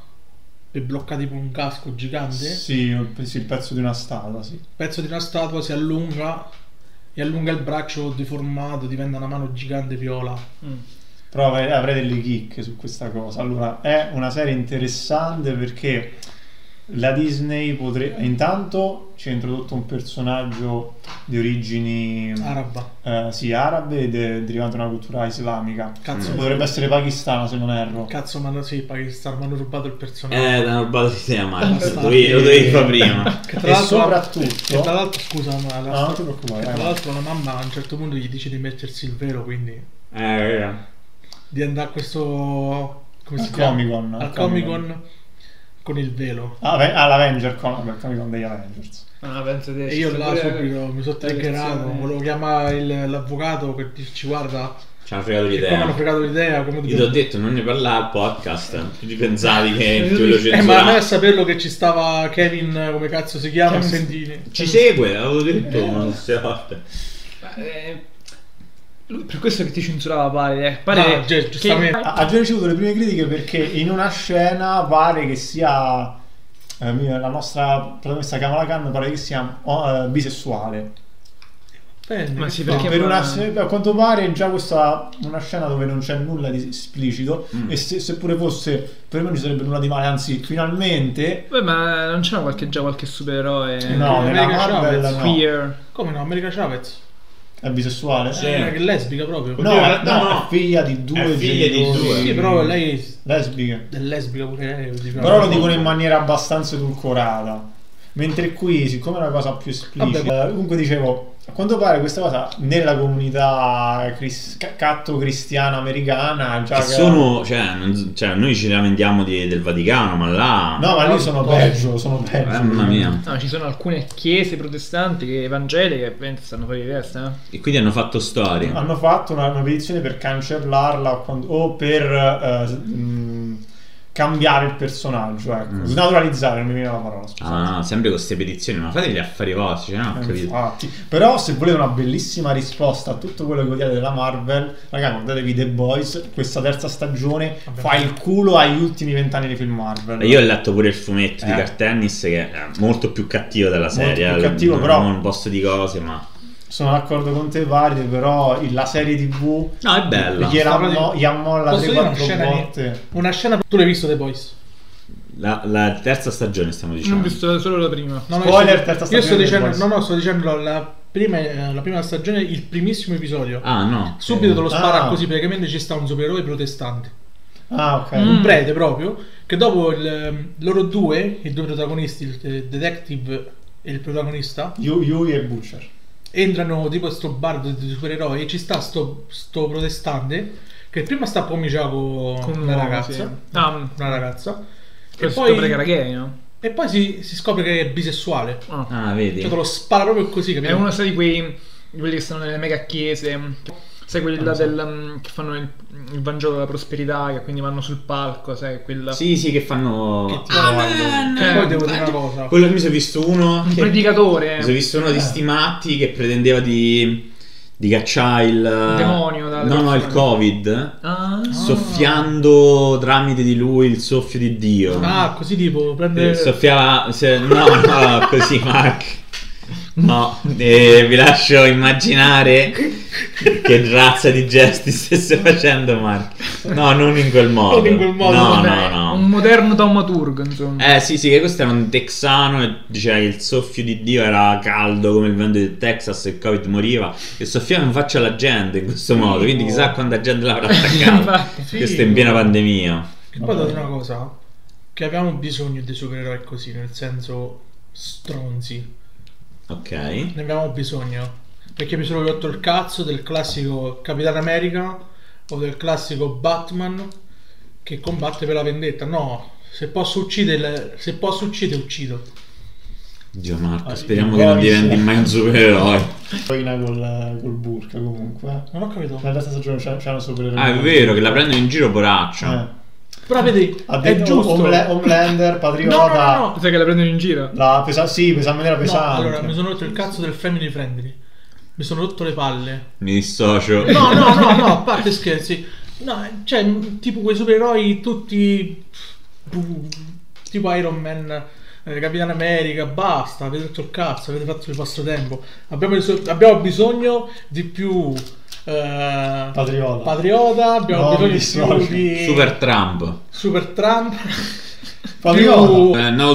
E: per bloccare tipo un casco gigante.
D: Sì, un- sì, il pezzo di una statua, sì.
E: pezzo di una statua si allunga e allunga il braccio deformato, diventa una mano gigante viola.
B: Mm.
D: Però avrei, avrei delle chicche su questa cosa. Allora, è una serie interessante perché la Disney potrebbe... Intanto ci ha introdotto un personaggio di origini...
E: Araba.
D: eh, sì, arabe ed è derivante da una cultura islamica.
E: Cazzo.
D: Potrebbe Mm. essere pakistana se non erro.
E: Cazzo, ma no, sì, Pakistan, mi hanno rubato il personaggio.
C: Eh, l'hanno rubato il tema, Marco, lo
E: Basta.
C: dovevi lo dovevi fare prima.
E: Che
D: e
E: l'altro-
D: soprattutto- Ah?
E: e tra l'altro, scusa, ma la,
D: No, non ti preoccupare,
E: tra
D: vai,
E: l'altro la mamma a un certo punto gli dice di mettersi il velo, quindi
C: Eh, raga.
E: di andare a questo come
D: Al
E: si chiama?
D: Comic-Con, al
E: al Comic Con con il velo.
D: Ah, beh, ah, l'Avenger con, vabbè, Comic Con degli Avengers.
B: Ah, penso di
E: E io là
B: pure-
E: subito mi sono
B: la
E: triggerato,
B: versione-
E: volevo chiamare il- l'avvocato per dirci guarda
C: Ci hanno fregato
E: che come hanno
C: l'idea.
E: fregato l'idea, come
C: Io ti ho detto non ne parlare al podcast. Tu ti pensavi che
B: Eh,
C: tu lo
E: Eh, ma a me
C: censuravi.
E: saperlo che ci stava Kevin, come cazzo si chiama,
B: Kevin-
E: Sentini.
C: Ci segue, l'avevo
E: Eh.
C: detto una di queste volte.
B: Ma, eh, lui- per questo che ti censurava pare, eh. pare
E: Ah, gi-
B: che-
E: giustamente.
D: Ha ha già ricevuto le prime critiche perché in una scena pare che sia eh, mia- la nostra protagonista Kamala Khan pare che sia oh, eh, bisessuale.
E: Bene,
B: Ma sì,
E: che
B: perché-
E: fa?
D: Per una,
B: ma-
D: se- a quanto pare è già questa una scena dove non c'è nulla di esplicito
C: Mm.
D: e se, seppure fosse per me non ci sarebbe nulla di male, anzi finalmente
B: Beh, ma non c'era qualche, già qualche supereroe
D: no,
E: eh,
D: nella
E: America
D: Marvel
E: Chavez,
D: no.
B: queer?
E: Come no, America Chavez?
D: è bisessuale.
C: Sì.
E: Eh, Che è lesbica proprio.
D: No,
C: Oddio,
D: è-
C: no,
D: no,
C: no.
D: è figlia di due
C: È figlia di
D: genitori
C: due.
E: Sì, però lei
D: lesbiche.
E: è lesbica pure lei. diciamo.
D: Però lo dicono in maniera abbastanza edulcorata. Mentre qui, siccome è una cosa più esplicita,
E: Vabbè.
D: eh, comunque dicevo, a quanto pare questa cosa nella comunità cris- ca- catto-cristiana americana già
C: Che
D: che-
C: sono, cioè, non- cioè, noi ci lamentiamo di- del Vaticano, ma là... eh,
D: No, ma lì sono peggio, sono peggio.
C: Mamma mia.
B: No, ci sono alcune chiese protestanti che evangeliche che veramente stanno fuori di testa. eh.
C: E quindi hanno fatto storie.
D: Hanno fatto una, una petizione per cancellarla o quando- o per eh, s- mh, cambiare il personaggio, ecco.
C: Mm.
D: Snaturalizzare, non mi viene la parola, scusate.
C: Ah, sempre con queste petizioni, ma fate gli affari vostri, cioè, no, ho
D: Eh,
C: capito.
D: infatti. Però se volete una bellissima risposta a tutto quello che odiate della Marvel, ragazzi, guardatevi The Boys, questa terza stagione
E: Vabbè.
D: fa il culo agli ultimi vent'anni dei film Marvel.
C: Io ho letto pure il fumetto di
D: Eh.
C: Cartennis che è molto più cattivo della
D: Molto
C: serie.
D: più
C: eh,
D: cattivo,
C: non-
D: però-
C: Non posso di cose, ma...
D: Sono d'accordo con te, Vario, però il- la serie TV
C: No, è bella.
D: gli,
E: Sta proprio-
D: ammo- gli ammolla
E: Posso dire una
D: 3-4
E: scena,
D: volte.
E: una scena... Tu l'hai visto The Boys?
C: La, la terza stagione stiamo
B: Non ho
C: dicendo.
B: visto solo la prima.
E: No, no,
D: Spoiler,
E: io sto-
D: terza
E: Io sto
D: stagione di
E: dicendo...
D: The Boys.
E: No, no, sto dicendo la prima, eh, la prima stagione, il primissimo episodio.
C: Ah, no.
E: Subito te lo spara
D: Ah.
E: così, praticamente ci sta un supereroe protestante.
D: Ah, ok.
B: Mm.
E: un prete proprio che dopo il, ehm, loro due i due protagonisti il eh, detective e il protagonista
D: Yu- Yui e Butcher.
E: entrano tipo a sto bar di- di supereroi e ci sta sto, sto protestante che prima sta a pomiciare con,
B: Con un
E: una
B: uomo,
E: ragazza
B: sì. Ah, mm.
E: una ragazza e
B: Questo poi... era
E: poi,
B: gay, no?
E: e poi si, si scopre che è bisessuale cioè
B: Ah.
C: Ah, vedi.
E: te lo spara proprio così
B: È
E: capito?
B: uno sai, di quei di quelli che stanno nelle mega chiese. Sai quelli là
D: Non so.
B: del, mm, che fanno il, il Vangelo della prosperità, che quindi vanno sul palco, sai, quella...
C: Sì, sì, che fanno.
E: Che ti-
F: Amen.
B: Eh,
E: Poi devo dire una cosa.
C: Quello mi sono visto uno.
B: Un
C: che-
B: predicatore,
C: Mi sono visto uno di sti matti che pretendeva di. di cacciare il.
B: demonio dalle
C: No, no,
B: persone.
C: il Covid.
B: Ah,
C: Soffiando tramite di lui il soffio di Dio.
E: Ah, così tipo prende
C: Eh, Soffiava. se- No, no, così, Mark. No, eh, vi lascio immaginare che razza di gesti stesse facendo Mark. No, non in quel modo.
E: Non in quel modo,
C: No,
B: vabbè,
C: no, no.
B: Un moderno taumaturgo, insomma. <laughs>
C: Eh sì, sì, che questo era un texano e diceva che il soffio di Dio era caldo come il vento del Texas e il Covid moriva e soffiava in faccia alla gente in questo modo, quindi chissà quanta gente l'avrà
E: <laughs>
C: attaccato.
B: Infatti.
E: Sì.
C: questo è in piena pandemia.
E: Che poi devo dire una cosa, che abbiamo bisogno di supereroi così, nel senso stronzi,
C: Ok.
E: ne abbiamo bisogno, perché mi sono rotto il cazzo del classico Capitano America o del classico Batman che combatte per la vendetta, no, se posso uccidere, se posso uccidere uccido.
C: Dio Marco,
D: Ah,
C: speriamo
D: il
C: che non
D: Covid.
C: diventi mai un supereroe.
D: Poi col, col burka comunque. eh.
E: Non ho capito.
D: Nella stessa stagione c'è, c'è una supereroe.
C: Ah, è vero che la prendono in giro poraccia.
D: Eh.
E: Però vedi, è
D: Ha detto
E: giusto.
D: Homela- Homelander,
E: No, no,
D: Patriota.
E: no, no.
B: Sai che la prendono in giro?
D: La pesa- sì, pesante maniera
E: No,
D: pesante.
E: allora mi sono rotto il cazzo del family friendly. Mi sono rotto le palle.
C: Mi dissocio.
B: <laughs>
E: No, no, no, no, a
D: <laughs>
E: parte scherzi. No, cioè, m- tipo quei supereroi tutti bu- tipo Iron Man, eh, Capitano America, basta, avete fatto il cazzo, avete fatto il vostro tempo. Abbiamo, riso- abbiamo bisogno di più eh,
D: Patriota.
E: patriota, abbiamo
D: No,
E: bisogno
D: mi
E: di
D: dissocio.
E: più di
C: Super Trump.
E: Super Trump,
D: Patriota.
E: più-
C: Eh, no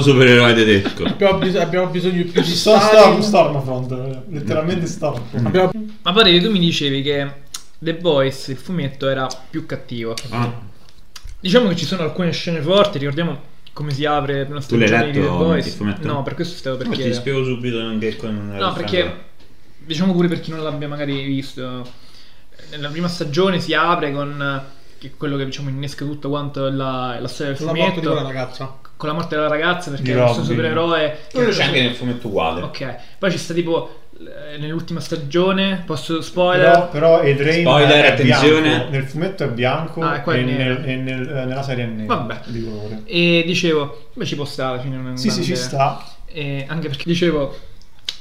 B: <laughs>
C: supereroe tedesco.
E: abbiamo, bis- abbiamo bisogno di più di
D: Sto-
E: Stalin.
D: Storm, Stormfront, eh, letteralmente
C: Mm.
D: Stormfront.
E: Abbiamo-
B: Ma pare che tu mi dicevi che The Boys, il fumetto, era più cattivo.
C: Ah,
B: Diciamo che ci sono alcune scene forti, ricordiamo come si apre una
C: Tu l'hai
B: stagione di The
C: letto
B: Boys.
C: il fumetto?
B: No, per questo stavo per
C: ti
B: chiedere.
C: spiego subito che qua non
B: No, perché diciamo pure per chi non l'abbia magari visto, nella prima stagione si apre con eh, che è quello che diciamo innesca tutto quanto la, la storia del
E: la morte di
B: fumetto
E: quella ragazza.
B: con la morte della ragazza perché
D: Di
B: era questo
D: Robin.
B: supereroe che-
C: Quello c'è anche nel fumetto uguale.
B: Ok, poi ci sta tipo eh, nell'ultima stagione, posso
D: Però,
B: spoiler?
D: però Edrain
C: Spoiler,
D: è
C: attenzione.
D: bianco. nel fumetto è bianco
B: Ah, qua è
D: e,
B: nero.
D: nel- e nel- eh, nella serie è nero
B: Vabbè.
D: di colore.
B: E dicevo, beh ci può stare, alla fine non è un
D: Sì, sì, ci
B: grande-
D: sta.
B: Eh, anche perché dicevo,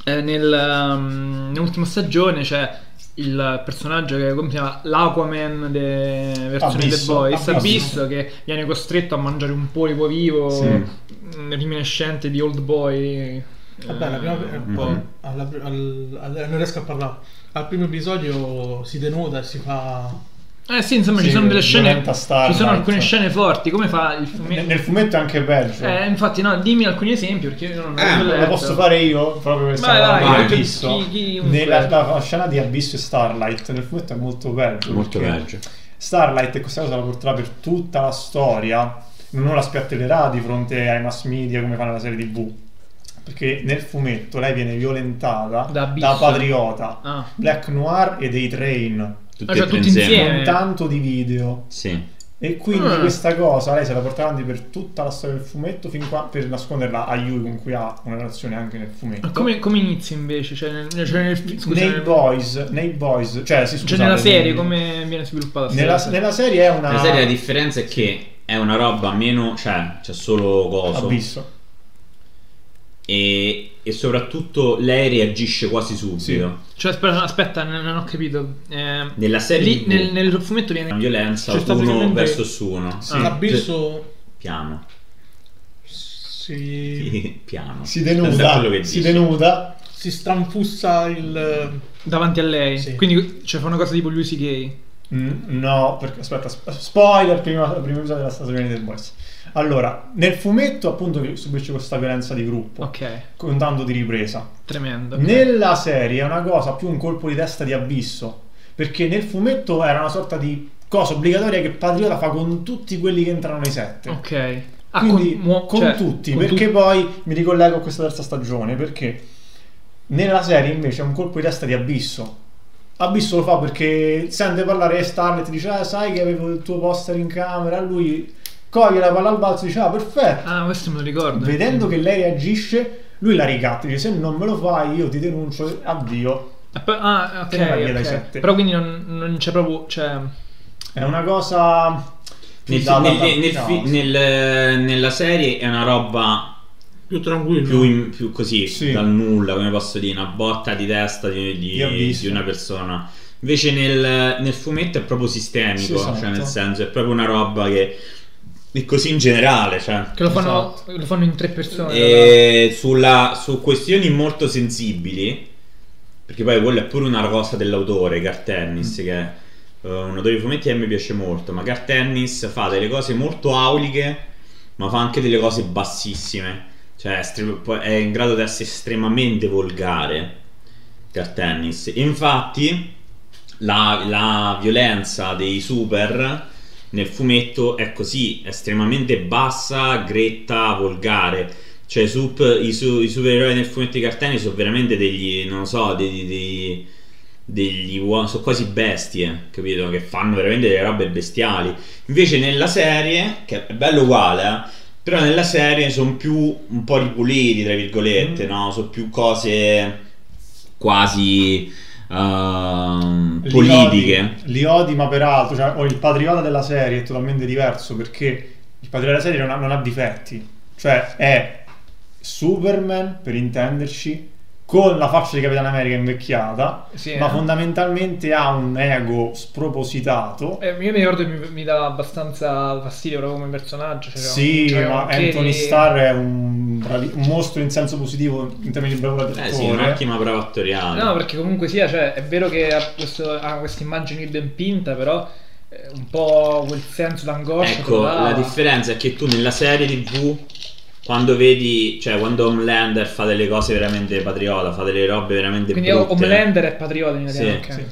B: eh, nel, um, nell'ultima stagione c'è il personaggio che come si chiama l'Aquaman de, versione The
D: Abisso,
B: Boys,
D: Abisso.
B: Abisso, che viene costretto a mangiare un polipo vivo
D: Sì.
B: mm, riminiscente di Old Boy.
E: Vabbè,
B: eh,
E: Ah, la prima,
B: un po'.
C: Mhm.
E: alla- al- al- eh, non riesco a parlare. Al primo episodio si denuda e si fa.
B: Eh sì, insomma, ci
D: Sì,
B: sono delle scene.
D: violenta Starlight.
B: Ci sono alcune scene forti, come fa il
D: Nel,
B: fumetto.
D: nel fumetto è anche bello.
B: Eh, infatti, no, dimmi alcuni esempi perché io non
C: Eh,
B: l'ho
D: Lo
B: letto.
D: posso fare io? Proprio questa
B: Certo. Vai, vai,
D: cosa che ho
C: chi-
D: visto.
B: chi- chi-
D: Nella la scena di Abisso e Starlight nel fumetto è molto peggio.
C: Molto
D: perché
C: peggio.
D: Starlight questa cosa la porterà per tutta la storia, non la spiattellerà di fronte ai mass media come fanno la serie tv. Perché nel fumetto lei viene violentata
B: Da
D: da,
B: Abisso.
D: Patriota,
B: Ah.
D: Black Noir e dei Train,
C: Tutti
B: Ah, cioè,
C: e tre
B: tutti
C: insieme.
B: insieme.
D: con tanto di video.
C: Sì.
D: E quindi
B: Mm.
D: questa cosa lei se la porterà avanti per tutta la storia del fumetto fin qua per nasconderla a Yui con cui ha una relazione anche nel fumetto.
B: Ma Come, come inizi invece? Cioè, nel, cioè nel- scusa,
D: nei
B: nel-
D: boys, nei boys, cioè sì,
B: cioè
D: scusate,
B: nella serie
D: nei-
B: come viene sviluppata la
D: nella,
B: serie?
D: nella serie è
B: Ah.
D: una
C: La serie la differenza è che è una roba meno. cioè, c'è solo coso.
D: abisso.
C: E, e soprattutto lei reagisce quasi subito.
B: Cioè, aspetta, aspetta, non, non ho capito. Eh,
C: Nella serie
B: lì
C: TV,
B: nel, nel fumetto
C: una
B: viene
C: violenza
B: C'è stato
C: uno
B: praticamente-
C: versus uno.
D: Sì.
B: Ah.
E: L'abisso
C: Piano.
E: si,
C: <laughs> Piano.
D: Si
C: Questo è
D: denuda,
C: quello che
D: si
C: dice.
D: denuda.
E: si stranfussa il. eh,
B: davanti a lei.
E: Sì.
B: Quindi cioè, fa una cosa tipo Lucy Gay.
D: Mm, no, perché aspetta, sp- spoiler prima, prima episodio della stagione del boys. Allora, nel fumetto appunto che subisce questa violenza di gruppo,
B: Ok,
D: con tanto di ripresa.
B: tremendo.
D: Nella serie è una cosa più un colpo di testa di abisso, perché nel fumetto era una sorta di cosa obbligatoria che Patriota fa con tutti quelli che entrano nei sette.
B: Ok. Ah,
D: Quindi con,
B: muo- cioè,
D: tutti,
B: con
D: perché
B: tutti.
D: poi mi ricollego a questa terza stagione, perché nella serie invece è un colpo di testa di Abisso. Abisso lo fa perché sente parlare di Starlet, dice "Ah, sai che avevo il tuo poster in camera", lui coglie la palla al balzo e dice "Ah, perfetto".
B: Ah, questo me lo ricordo.
D: Vedendo che lei reagisce, lui la ricatta, dice "Se non me lo fai, io ti denuncio, addio".
B: Ah, poi- Ah, ok.
D: Te ne vai via dai
B: ok.
D: sette.
B: Però quindi non, non c'è proprio. Cioè,
D: È una cosa...
C: Nel-
D: dalla-
C: nel- nel
D: no,
C: fi-
D: sì.
C: nel- nella serie è una roba
E: più tranquillo.
C: più, in- più così,
D: Sì.
C: dal nulla, come posso dire, una botta di testa di, di-
D: Io ho visto.
C: di una persona. Invece nel, nel fumetto è proprio sistemico,
D: Sì, esatto.
C: cioè nel senso è proprio una roba che è così in generale, cioè.
B: che lo fanno, lo fanno in tre persone.
C: Eh, E sulla- su questioni molto sensibili, perché poi quella è pure una cosa dell'autore, Gartennis, che è eh, un autore di fumetti che mi piace molto, ma Gartennis fa delle cose molto auliche, ma fa anche delle cose bassissime, cioè è estre- può- è in grado di essere estremamente volgare, Gartennis. E infatti la, la violenza dei super nel fumetto è così, estremamente bassa, gretta, volgare. Cioè, i sup- i, su- i supereroi nel fumetto di cartani sono veramente degli, non lo so, dei, dei- degli uomini, sono quasi bestie, capito? Che fanno veramente delle robe bestiali. Invece nella serie, che è bello uguale, eh, però nella serie sono più un po' ripuliti, tra virgolette, no? Sono più cose quasi ehm,
D: Li
C: politiche.
D: odi- Li odi, ma peraltro, cioè, o il patriota della serie è totalmente diverso perché il patriota della serie non ha, non ha difetti. Cioè, è Superman, per intenderci, con la faccia di Capitano America invecchiata,
B: Sì,
D: ma
B: eh.
D: fondamentalmente ha un ego spropositato.
B: Eh, io mi ricordo che mi, mi dava abbastanza fastidio proprio come personaggio. Cioè,
D: sì,
B: cioè,
D: ma
B: che-
D: Anthony Starr è un, bravi- un mostro in senso positivo in termini di bravura d'attore.
C: Eh sì, un'ottima prova attoriale.
B: No, perché comunque sia, cioè, è vero che ha, questo, ha questa immagine ben pinta, però eh, un po' quel senso d'angoscia. te
C: Ecco,
B: lo dà.
C: la differenza è che tu nella serie TV, quando vedi, cioè quando Homelander fa delle cose veramente patriota, fa delle robe veramente
B: Quindi
C: brutte,
B: Homelander è patriota in
C: eh. Sì,
B: italiano. ok.
C: sì.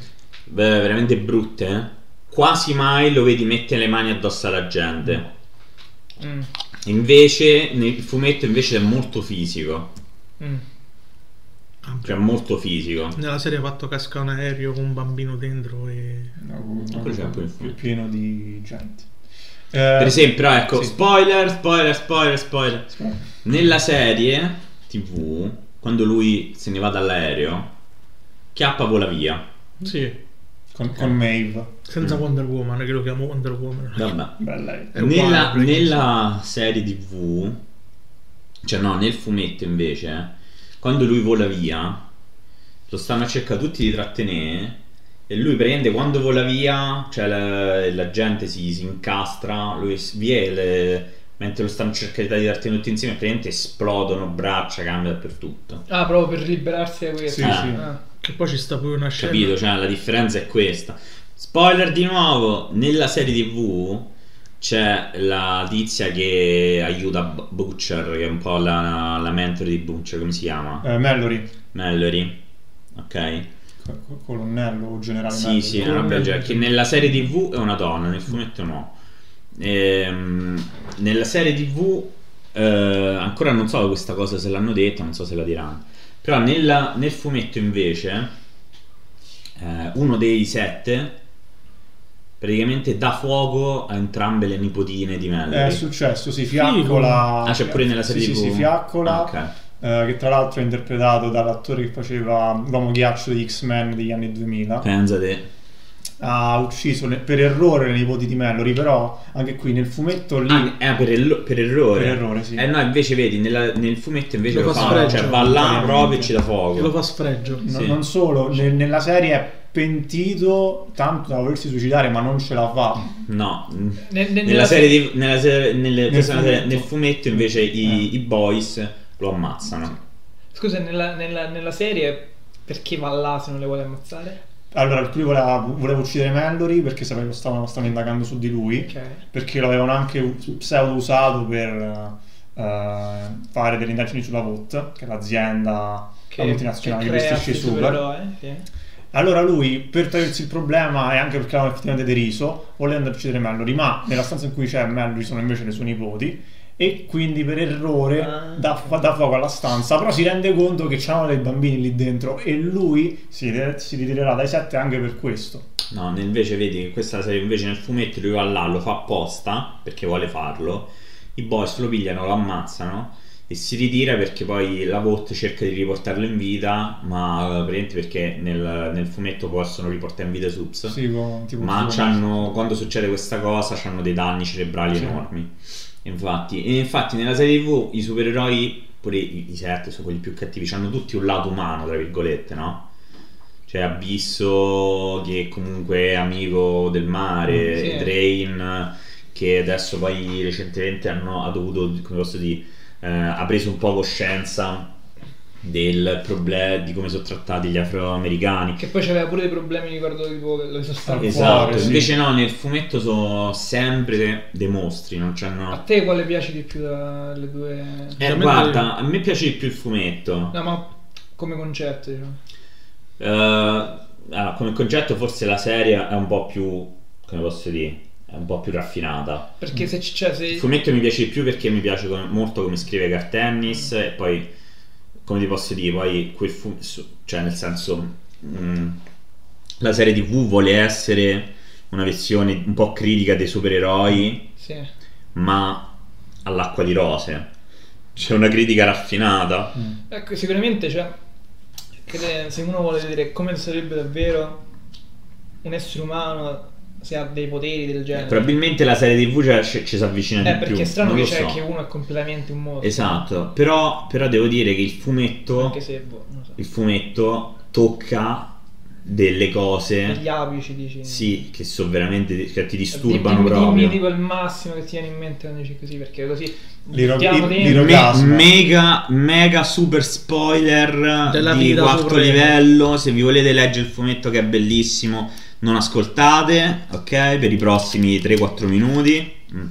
C: beh, veramente brutte, quasi mai lo vedi mettere le mani addosso alla gente.
B: Mm,
C: Invece, nel fumetto invece è molto fisico,
B: mm.
C: cioè molto fisico.
E: Nella serie ha fatto cascare un aereo con un bambino dentro e...
D: No,
C: Quello c'è pure il film.
D: pieno di gente. Eh,
C: Per esempio, però, ecco,
D: Sì.
C: spoiler, spoiler, spoiler, spoiler. Nella serie TV, quando lui se ne va dall'aereo, chiappa vola via.
E: Sì,
D: con, con Maeve.
E: senza Wonder Woman, che lo chiamo Wonder Woman.
C: Vabbè.
D: Bella lei.
E: È uguale,
C: Nella,
E: Breaking
C: nella serie TV, cioè no, nel fumetto invece, quando lui vola via, lo stanno a cercare tutti di trattenere. E lui prende quando vola via, cioè la, la gente si, si incastra, lui s- via e le- mentre lo stanno cercando di trattenere tutti insieme, praticamente esplodono braccia, cambia dappertutto.
B: Ah, proprio per liberarsi da questo.
D: Sì,
C: Eh.
D: sì.
B: Ah.
E: Che poi ci sta pure una scena.
C: Capito? Cioè, la differenza è questa. Spoiler di nuovo, nella serie TV c'è la tizia che aiuta B- Butcher, che è un po' la, la mentore di Butcher, come si chiama?
D: Eh, Mallory,
C: Mallory. Ok?
D: co- co- colonnello o generale
C: Sì,
D: Mallory.
C: sì, no, vabbè, cioè, che nella serie TV è una donna, nel fumetto no. Ehm, nella serie TV eh, ancora non so questa cosa se l'hanno detta, non so se la diranno. Però nella- nel fumetto invece eh, uno dei sette praticamente dà fuoco a entrambe le nipotine di
D: È
C: Mallory.
D: successo, si Eh, fiaccola.
C: Ah, c'è pure nella serie
D: sì,
C: TV.
D: Sì, si
C: Ah,
D: fiaccola.
C: ok.
D: eh, che tra l'altro è interpretato dall'attore che faceva l'uomo ghiaccio di X-Men degli anni 2000.
C: Pensa te.
D: Ha ucciso ne- per errore le nipoti di Mallory, però anche qui nel fumetto lì.
C: Ah, eh, per, el- per errore.
D: Per errore, sì.
C: Eh no, invece vedi, nella- nel fumetto invece
E: Lo
C: lo,
E: fa
C: fa,
E: sfregio.
C: cioè va là
D: Veramente.
C: proprio e ci dà fuoco.
E: Lo fa sfregio.
D: No-
C: sì.
D: Non solo, ne- nella serie è pentito tanto da volersi suicidare, ma non ce la fa.
C: No,
B: Ne- ne-
C: nella serie di, nella serie- nelle-
D: Nel
C: questa è una serie-
D: fumetto.
C: nel fumetto invece i,
D: Eh.
C: i boys lo ammazzano.
B: Scusa, nella, nella- nella serie perché va là se non le vuole ammazzare?
D: Allora, lui voleva, voleva uccidere Mallory perché sapeva che stavano, stavano indagando su di lui.
B: Ok.
D: perché lo avevano anche u- pseudo usato per eh, fare delle indagini sulla VOT, che è l'azienda la multinazionale che
B: crea
D: gestisce i
B: questi
D: Super.
B: supereroi, sì.
D: Allora lui, per togliersi il problema e anche perché l'avevano effettivamente deriso, voleva andare a uccidere Mallory, ma nella stanza in cui c'è Mallory sono invece le sue nipoti e quindi per errore
B: Ah.
D: dà, fa- dà fuoco alla stanza, però si rende conto che c'erano dei bambini lì dentro e lui si, ri- si ritirerà dai sette anche per questo.
C: No, nel- invece vedi che questa serie invece nel fumetto lui va là, lo fa apposta perché vuole farlo. I boys lo pigliano, lo ammazzano. e si ritira perché poi la VOT cerca di riportarlo in vita, ma eh, praticamente perché nel, nel fumetto possono riportare in vita Subs.
D: Sì, con- tipo
C: Ma
D: tipo-
C: c'hanno- quando succede questa cosa hanno dei danni cerebrali
D: Sì.
C: enormi. Infatti, e infatti nella serie TV i supereroi, pure i, i sette, sono quelli più cattivi, hanno tutti un lato umano, tra virgolette, no? Cioè Abisso che comunque è amico del mare,
B: Sì.
C: Drain che adesso poi recentemente hanno, ha dovuto, come posso dire, eh, ha preso un po' coscienza del problema di come sono trattati gli afroamericani.
B: Che poi c'aveva pure dei problemi, ricordo tipo che lo sostanziale.
C: Esatto,
D: Fuori, sì.
C: invece no, nel fumetto sono sempre dei mostri, non
B: A
C: c'hanno...
B: te quale piace di più delle due?
C: Eh,
E: Veramente-
C: guarda, a me piace di più il fumetto.
B: No, ma come concetto, diciamo.
C: Eh, allora, come concetto forse la serie è un po' più, come posso dire, è un po' più raffinata.
B: Perché se c- cioè,
C: Il
B: se
C: fumetto mi piace di Mm. più perché mi piace come- molto come scrive Garth Ennis e poi, come ti posso dire, poi quel fu- su- cioè nel senso, mm, la serie TV vuole essere una versione un po' critica dei supereroi.
B: sì.
C: ma all'acqua di rose. C'è una critica raffinata.
D: Mm.
B: Ecco, sicuramente cioè, che se uno vuole vedere come sarebbe davvero un essere umano se ha dei poteri del genere.
C: Probabilmente la serie TV c'è- ci, ci si avvicina
B: Eh,
C: di più.
B: perché è strano
C: non
B: che
C: lo
B: c'è
C: so.
B: che uno è completamente un mostro.
C: Esatto, però, però devo dire che il fumetto,
B: Anche se boh, non lo so.
C: il fumetto tocca delle cose
B: Gli apici dici.
C: sì, che sono veramente che ti
B: Dimmi-
C: disturbano
B: dimmi,
C: proprio.
B: Dimmi tipo il massimo che ti viene in mente quando dici così, perché così
D: Li ro-
B: buttiamo
D: li- li
B: dentro.
D: ro-
C: Me-
D: Orgasmo.
C: mega, mega super spoiler
E: Della
C: di
E: vita
C: quarto
E: surreale.
C: livello. Se vi volete leggere il fumetto che è bellissimo, non ascoltate, ok? Per i prossimi 3-4 minuti. Mm.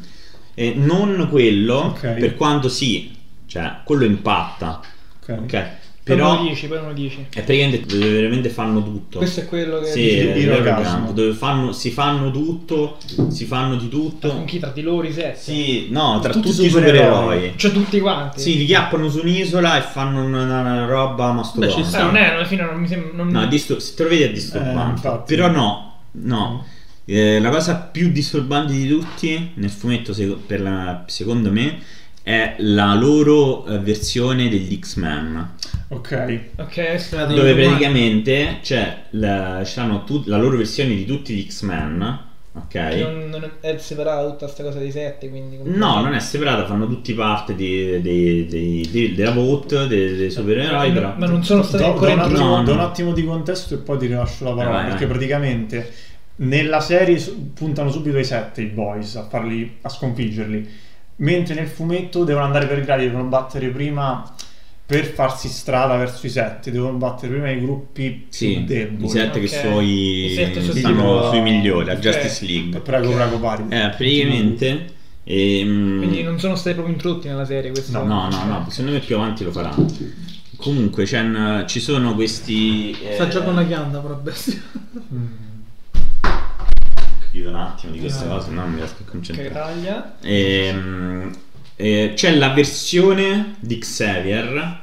C: E non quello,
D: Ok.
C: per quanto sì, cioè, quello impatta,
D: Ok.
C: ok?
B: Poi non
C: Però
B: lo dici, poi non lo dici.
C: è praticamente dove veramente fanno tutto.
B: Questo è quello che
C: Sì,
B: dici.
D: il-
C: è
D: il
C: vero
D: orgasmo.
C: campo, dove fanno, si fanno tutto, si fanno di
B: Con
C: tutto.
B: chi tra di loro i sette?
C: Sì, no, tra
D: Tutti
C: tutti, i
D: supereroi.
C: supereroi.
B: Cioè tutti quanti.
C: Sì, li chiappano su un'isola e fanno una, una roba
E: Beh, ci
C: mastodonte.
B: Eh, non è, alla fine non mi sembra. Non...
C: No, è distur- se te lo vedi è
D: Eh,
C: disturbante.
D: infatti.
C: Però no, no.
B: Mm.
C: Eh, la cosa più disturbante di tutti nel fumetto, seco- per la- secondo me, è la loro eh, versione degli X-Men.
D: Ok.
B: Ok, questo è-
E: Dove-
C: Dove
E: domani.
C: praticamente c'è la, ci sono tut- la loro versione di tutti gli X-Men. Ok.
B: che non, non è separata tutta questa cosa dei sette, quindi.
C: No, non è separata, fanno tutti parte di- dei- dei- dei- della VOT, dei, dei supereroi.
B: Ma-
C: però-
B: Ma non sono stati
D: Do, do
B: ancora
D: un attimo,
C: no.
D: do un attimo di contesto e poi ti rilascio la parola.
C: Eh, vai,
D: perché
C: vai.
D: praticamente nella serie su- puntano subito i sette, i boys, a, farli, a sconfiggerli. Mentre nel fumetto devono andare per gradi, devono battere prima per farsi strada verso i sette, devono battere prima i gruppi
C: Sì,
D: più deboli.
C: i sette
B: Ok.
C: che sono
B: I sette sono
C: stanno
D: tipo-
C: sui migliori, la
B: Ok.
C: Justice League.
D: Prego,
B: Ok.
D: prego, pari.
C: Eh, praticamente... ehm,
B: Quindi non sono stati proprio introdotti nella serie questo.
C: No, no, no, no, secondo me più avanti lo faranno. Comunque, c'è un- ci sono questi... eh,
E: Sta già con la ghianda, però bestia.
D: Mm.
C: Chiudo un attimo di
B: Eh.
C: queste cose, no, non mi riesco a
B: Che
C: concentrare.
B: taglia.
C: Ehm, eh, c'è la versione di Xavier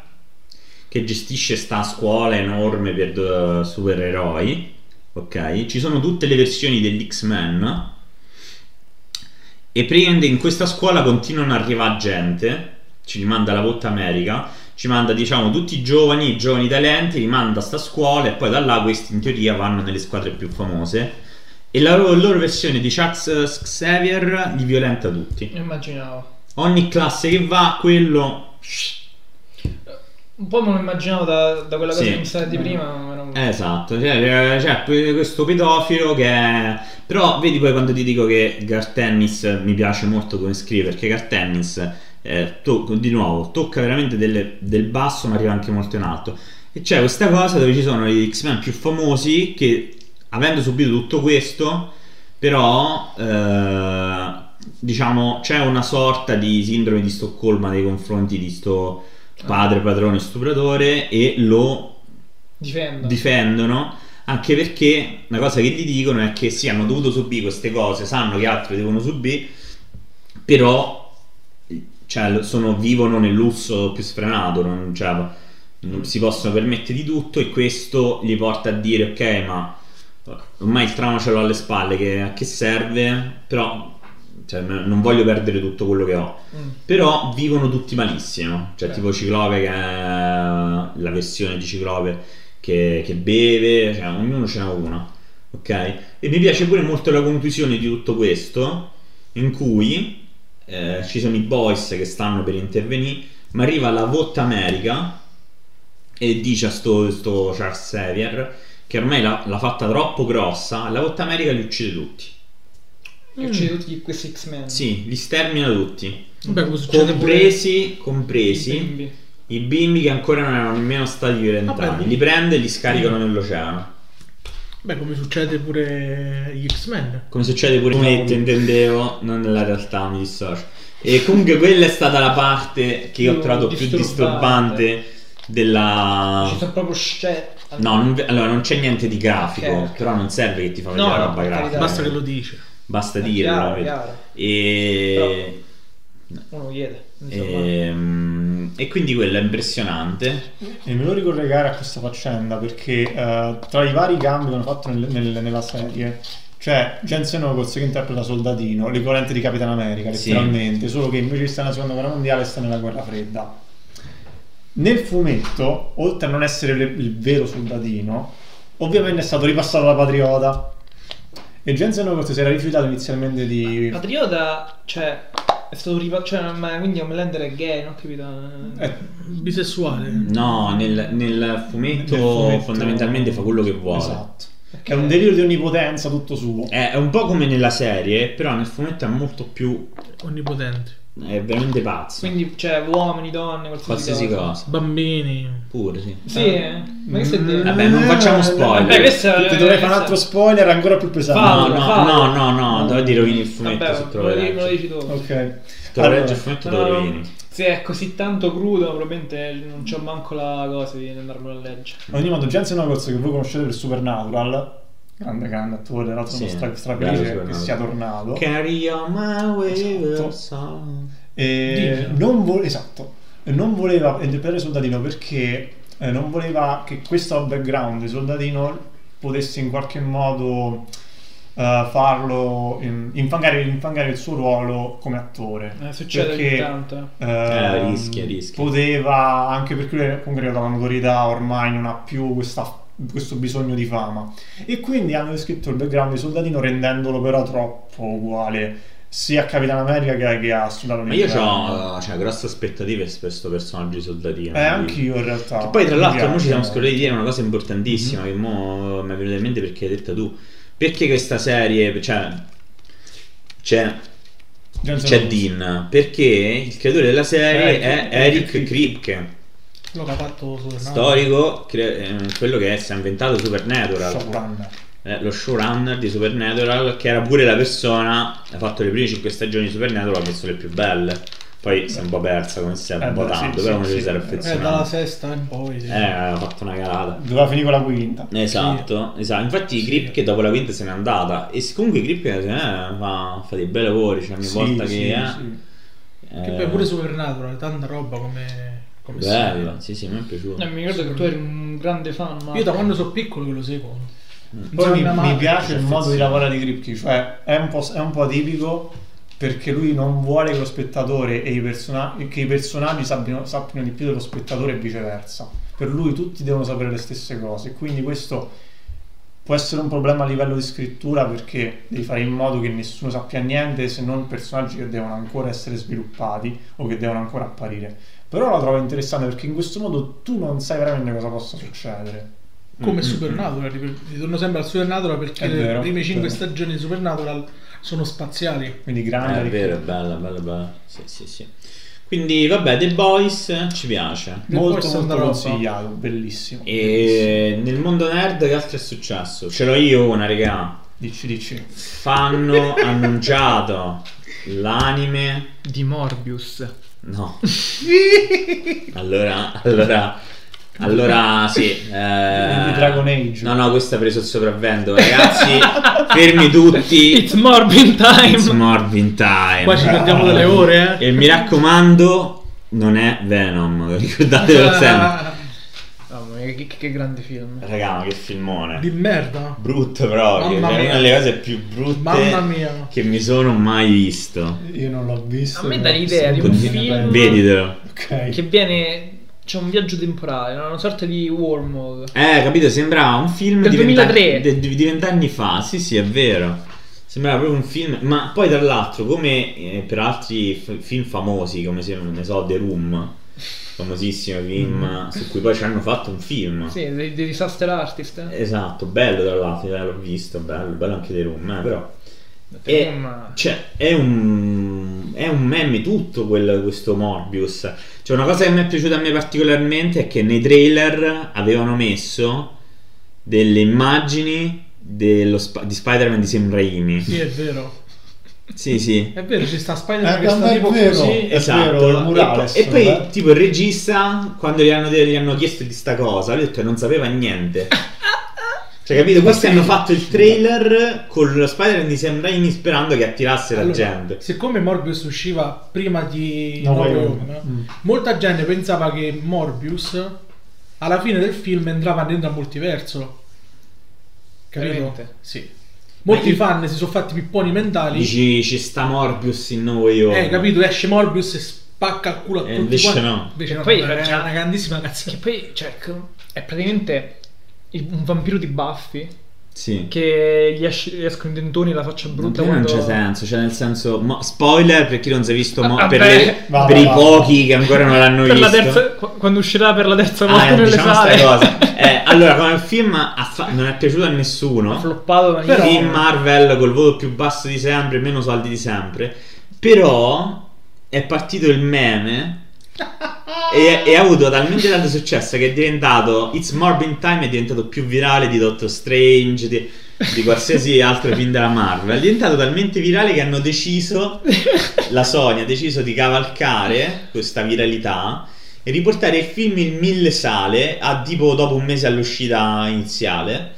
C: che gestisce sta scuola enorme per eh, supereroi. Ok, ci sono tutte le versioni dell'X-Men. E praticamente in questa scuola continuano ad arrivare gente. Ci rimanda la Volta America. Ci manda, diciamo, tutti i giovani, i giovani talenti, li manda a sta scuola e poi da là questi in teoria vanno nelle squadre più famose. E la loro, loro versione di Chuck Xavier li violenta tutti.
B: Immaginavo.
C: Ogni classe che va, quello.
B: Un po' me lo immaginavo da, da quella cosa
C: Sì. Mm.
B: che mi stavi di prima. ma non-
C: Esatto, cioè, eh, cioè, que- questo pedofilo che è... Però vedi poi quando ti dico che Garth Ennis mi piace molto come scrive, perché Garth Ennis, eh, to- di nuovo, tocca veramente delle- del basso ma arriva anche molto in alto. E c'è questa cosa dove ci sono gli X-Men più famosi che, avendo subito tutto questo, però, eh, diciamo, c'è una sorta di sindrome di Stoccolma nei confronti di sto padre, padrone, stupratore e lo
B: Difendo.
C: difendono anche perché una cosa che gli dicono è che sì hanno dovuto subire queste cose sanno che altri devono subire però cioè, lo- sono- vivono nel lusso più sfrenato non, cioè, non si possono permettere di tutto e questo gli porta a dire ok ma ormai il trauma ce l'ho alle spalle che, a che serve però cioè, n- non voglio perdere tutto quello che ho.
B: Mm.
C: Però vivono tutti malissimo. Cioè,
B: Eh.
C: tipo Ciclope, che è la versione di Ciclope che, che beve, cioè, ognuno ce n'ha una. Ok? E mi piace pure molto la conclusione di tutto questo, in cui eh, ci sono i boys che stanno per intervenire, ma arriva la Votta America e dice a sto, sto Charles Xavier che ormai l'ha, l'ha fatta troppo grossa, la Votta America li uccide tutti.
B: E uccide tutti questi X-Men.
C: Mm. Sì, li stermina tutti.
E: Vabbè, come succede pure...
C: Compresi,
B: I
C: compresi
B: bimbi.
C: i bimbi che ancora non erano nemmeno stati violentati.
E: Vabbè.
C: Li prende e li
B: Mm.
C: scaricano nell'oceano.
E: Beh, come succede pure gli X-Men.
C: Come succede pure in fumetto, intendevo, non nella realtà, mi dissocio. E comunque quella è stata la parte che io ho
B: Più
C: trovato più
B: disturbante.
C: disturbante della...
B: Ci sono proprio scene.
C: No, non, allora non c'è niente di grafico,
B: Ok, ok.
C: però non serve che ti fa
B: No,
C: vedere la
B: no,
C: roba
B: per
C: grafica.
B: carità.
E: Basta che lo dice.
C: Basta
B: È
C: dirlo.
B: Eh, chiaro,
C: vedi.
B: chiaro.
C: E...
B: Uno chiede.
C: Eh,
B: insomma.
C: ehm, E... quindi quello è impressionante.
D: E me lo ricollegare a questa faccenda perché eh, tra i vari cambi che hanno fatto nel- nel- nella serie cioè, c'è Jensen Ackles che interpreta Soldatino, l'equivalente di Capitan America
C: Sì.
D: letteralmente, solo che invece sta nella seconda guerra mondiale sta nella guerra fredda. Nel fumetto, oltre a non essere le- il vero Soldatino, ovviamente è stato ripassato da Patriota e Jensen Ackles si era rifiutato inizialmente di...
C: Ah.
B: Patriota, cioè, è stato ripa- cioè, ma quindi Homelander è gay, non ho capito.
D: eh,
E: Bisessuale.
C: No, nel, nel fumetto
D: nel fumetto-
C: fondamentalmente fa quello che vuole.
D: Esatto. È un delirio di onnipotenza tutto suo.
C: Eh, È, è un po' come nella serie, però nel fumetto è molto più...
E: Onnipotente.
C: è veramente pazzo.
B: Quindi, cioè, uomini, donne, qualsiasi,
C: Qualsiasi
B: cosa.
C: cosa.
E: Bambini.
C: Pure, sì.
B: Sì, eh? ma che stai
D: Mm,
B: dicendo?
C: Vabbè, non facciamo spoiler.
B: Eh, Vabbè, questo è-
D: Ti dovrei fare un
B: questo-
D: altro spoiler ancora più
C: No,
D: pesante.
B: Fallo,
C: no,
B: fallo.
C: no, no, no, dove ti rovini il fumetto
B: Vabbè,
C: se te lo
B: me lo dici-
C: leggi.
B: me lo dici tu.
D: Ok.
C: Te lo
D: Allora,
C: leggi il fumetto te
B: No,
C: lo
B: no,
C: rovini.
B: Se è così tanto crudo, probabilmente non c'ho manco la cosa di andarmelo a leggere.
D: ogni modo, Jensen Ackles che voi conoscete per Supernatural, grande, grande attore, tra l'altro
C: Sì,
D: sono stra-
C: bello
D: strafelice che
C: Supernatural.
D: sia tornato.
C: Carry on my eh,
D: Esatto.
C: wayward song.
D: E
E: Dillo.
D: non vo- esatto, E non voleva interpretare Soldatino perché eh, non voleva che questo background di Soldatino potesse in qualche modo eh, farlo, in- infangare, infangare il suo ruolo come attore.
B: Eh, succede ogni
D: Perché-
B: tanto. eh.
D: Ehm,
C: rischia, rischia.
D: Poteva, anche perché lui comunque era dalla notorietà ormai non ha più questa- questo bisogno di fama. E quindi hanno scritto il background di Soldatino rendendolo però troppo uguale sia a Capitan America che, che a Soldato
C: Ma io
D: Ninja.
C: ho cioè, grosse aspettative su questo personaggio di soldatino.
D: Eh, anch'io in realtà.
C: Che poi, tra l'altro,
D: Mi
C: noi ci siamo
D: piace.
C: scordati di dire una cosa importantissima che mo mi è venuta in mente perché hai detta tu. Perché questa serie, cioè, c'è,
D: Jensen
C: c'è
D: Ackles.
C: Dean? Perché il creatore della serie è
D: Eh, Eric
C: Eric Kripke,
E: Quello che ha fatto Superman.
C: storico, cre- eh, quello che si è inventato Supernatural,
D: Showrunner.
C: eh, lo showrunner di Supernatural, che era pure la persona, ha fatto le prime 5 stagioni di Supernatural, ha messo le più belle. Poi si è un po' persa come si è
D: Eh,
C: un po'
D: beh, sì,
C: tanto,
D: sì,
C: però uno
D: sì,
C: ci si era
D: eh,
E: Eh, dalla
C: affezionato.
E: sesta in poi. sì.
C: Eh, ha fatto una calata.
D: Doveva finire con la quinta.
C: Esatto, esatto. Infatti,
E: Sì.
C: Grip che dopo la quinta se n'è andata. E s- comunque, Grip eh, fa, fa dei bei lavori. Cioè, ogni
D: Sì,
C: volta
D: sì,
C: che è.
D: sì.
E: Che
C: eh.
E: poi pure Supernatural, tanta roba come... come
C: Bello, sì, sì, mi è piaciuto.
B: Eh, mi ricordo che tu eri un grande fan. Ma...
E: serie. Io da quando sono piccolo che lo seguo.
C: Mm.
D: Poi mi,
E: Insomma,
D: mi
E: ma-
D: piace
C: cioè,
D: il modo di
C: sì.
D: lavorare di Kripke, cioè è un, po', è un po' atipico perché lui non vuole che lo spettatore e i, persona- che i personaggi sappiano, sappiano di più dello spettatore e viceversa. Per lui tutti devono sapere le stesse cose, quindi questo può essere un problema a livello di scrittura perché devi fare in modo che nessuno sappia niente se non personaggi che devono ancora essere sviluppati o che devono ancora apparire. Però la trovo interessante perché in questo modo tu non sai veramente cosa possa succedere.
E: Come
C: Mm,
E: Supernatural, ripeto, ritorno sempre al Supernatural perché
D: È vero,
E: le prime
D: è
E: 5
D: vero.
E: stagioni di Supernatural sono spaziali.
D: Quindi
C: Eh,
D: grande
C: è vero, è bella, bella, bella. Sì, sì, sì. Quindi, vabbè, The Boys eh, ci piace.
E: Nel
D: molto
E: Boys
D: molto
E: and the Rock.
D: consigliato, bellissimo. Bellissimo.
C: E nel mondo nerd, che altro è successo? Ce l'ho io una, regà.
D: Dici, dici.
C: Fanno <laughs> annunciato l'anime
B: Di Morbius.
C: <laughs> No. allora, allora, allora sì. Eh,
D: Quindi Dragon Age.
C: No, no, questo ha preso il sopravvento, <laughs> ragazzi. fermi tutti.
B: <laughs> It's Morbin time.
C: It's Morbin time.
E: Qua ci perdiamo delle ore,
C: <laughs>
E: eh.
C: E mi raccomando, non è Venom, ricordatelo sempre.
E: Ah,
B: Ah, Mamma mia, che, che- che grande film.
C: Raga, ma che filmone.
E: <laughs> Di merda.
C: Brutto proprio,
E: Mamma
C: cioè,
E: mia.
C: una delle cose più brutte
E: Mamma mia.
C: che mi sono mai visto.
D: Io non l'ho visto.
B: A me
D: non
B: dà
D: ho visto
B: l'idea di un
D: niente.
B: film-
C: Veditelo.
D: Ok.
B: Che viene. C'è un viaggio temporale, no? una sorta di wormhole.
C: Eh, capito, sembrava un film
B: Del
C: di vent'anni-
B: 2003.
C: de- di di vent'anni fa, sì sì, è vero. Sembrava proprio un film, ma poi tra l'altro, come eh, per altri f- film famosi, come se ne so, The Room, famosissimo
E: Mm.
C: film su cui poi ci hanno fatto un film.
B: Sì, dei, dei disaster artist. eh.
C: Esatto, bello tra l'altro, eh, l'ho visto, bello, bello anche The Room, eh, però
B: Perché
C: E-
B: non-
C: Cioè, è un, è un meme tutto quel- questo Morbius. Cioè, una cosa che mi è piaciuta a me particolarmente è che nei trailer avevano messo delle immagini dello Sp- di Spider-Man di Sam Raimi.
E: Sì, è vero.
C: Sì, sì. Esatto.
E: È vero, ci sta Spider-Man
D: Eh,
E: che sta
D: ma è
E: tipo
D: vero.
E: così.
D: È vero, il murales,
C: e, poi, e poi,
D: eh.
C: tipo, il regista, quando gli hanno, gli hanno chiesto di sta cosa, lui ha detto che non sapeva niente. Cioè, capito? Questi hanno fatto il trailer con lo Spider-Man di Sam Raimi sperando che attirasse la
E: Allora,
C: gente.
E: Siccome Morbius usciva prima di
D: No,
E: No Way
D: no,
E: Home,
D: mm.
E: molta gente pensava che Morbius alla fine del film entrava dentro al multiverso. Capito?
B: Veramente?
E: Sì. Molti
C: Ma-
E: fan si sono fatti pipponi mentali.
C: Dici ci sta Morbius in oh." No Way Home.
E: Eh, capito? Esce Morbius e spacca il culo a
C: Eh,
E: tutti
C: invece
E: quanti.
C: no.
E: Invece
B: E
E: no,
B: poi-
E: è una
B: cioè-
E: grandissima
B: Che
E: cazzata.
B: poi, cioè, che- è praticamente il- un vampiro di baffi
C: Sì.
B: che gli, esce- gli escono i dentoni e la faccia brutta
C: Davvero
B: quando...
C: Non c'è senso, cioè nel senso, mo- spoiler per chi non si è visto, mo-
B: Ah,
C: per,
B: vabbè.
C: le-
D: Va,
C: per
D: va,
C: i
D: va.
C: pochi che ancora non l'hanno
B: Per
C: visto.
B: la terza- qu- quando uscirà per la terza volta
C: Ah, eh,
B: nelle
C: diciamo
B: sale.
C: sta
B: <laughs>
C: cosa. Eh, allora, come film ha fa- non è piaciuto a
B: Ha
C: nessuno.
B: floppato da
E: Però-
C: Film Marvel col voto più basso di sempre, meno soldi di sempre. Però è partito il meme e, e ha avuto talmente tanto successo che è diventato It's Morbid Time è diventato più virale di Doctor Strange di,
B: <laughs>
C: di qualsiasi altro film della Marvel è diventato talmente virale che hanno deciso la Sony ha deciso di cavalcare questa viralità e riportare il film in mille sale a tipo dopo un mese all'uscita iniziale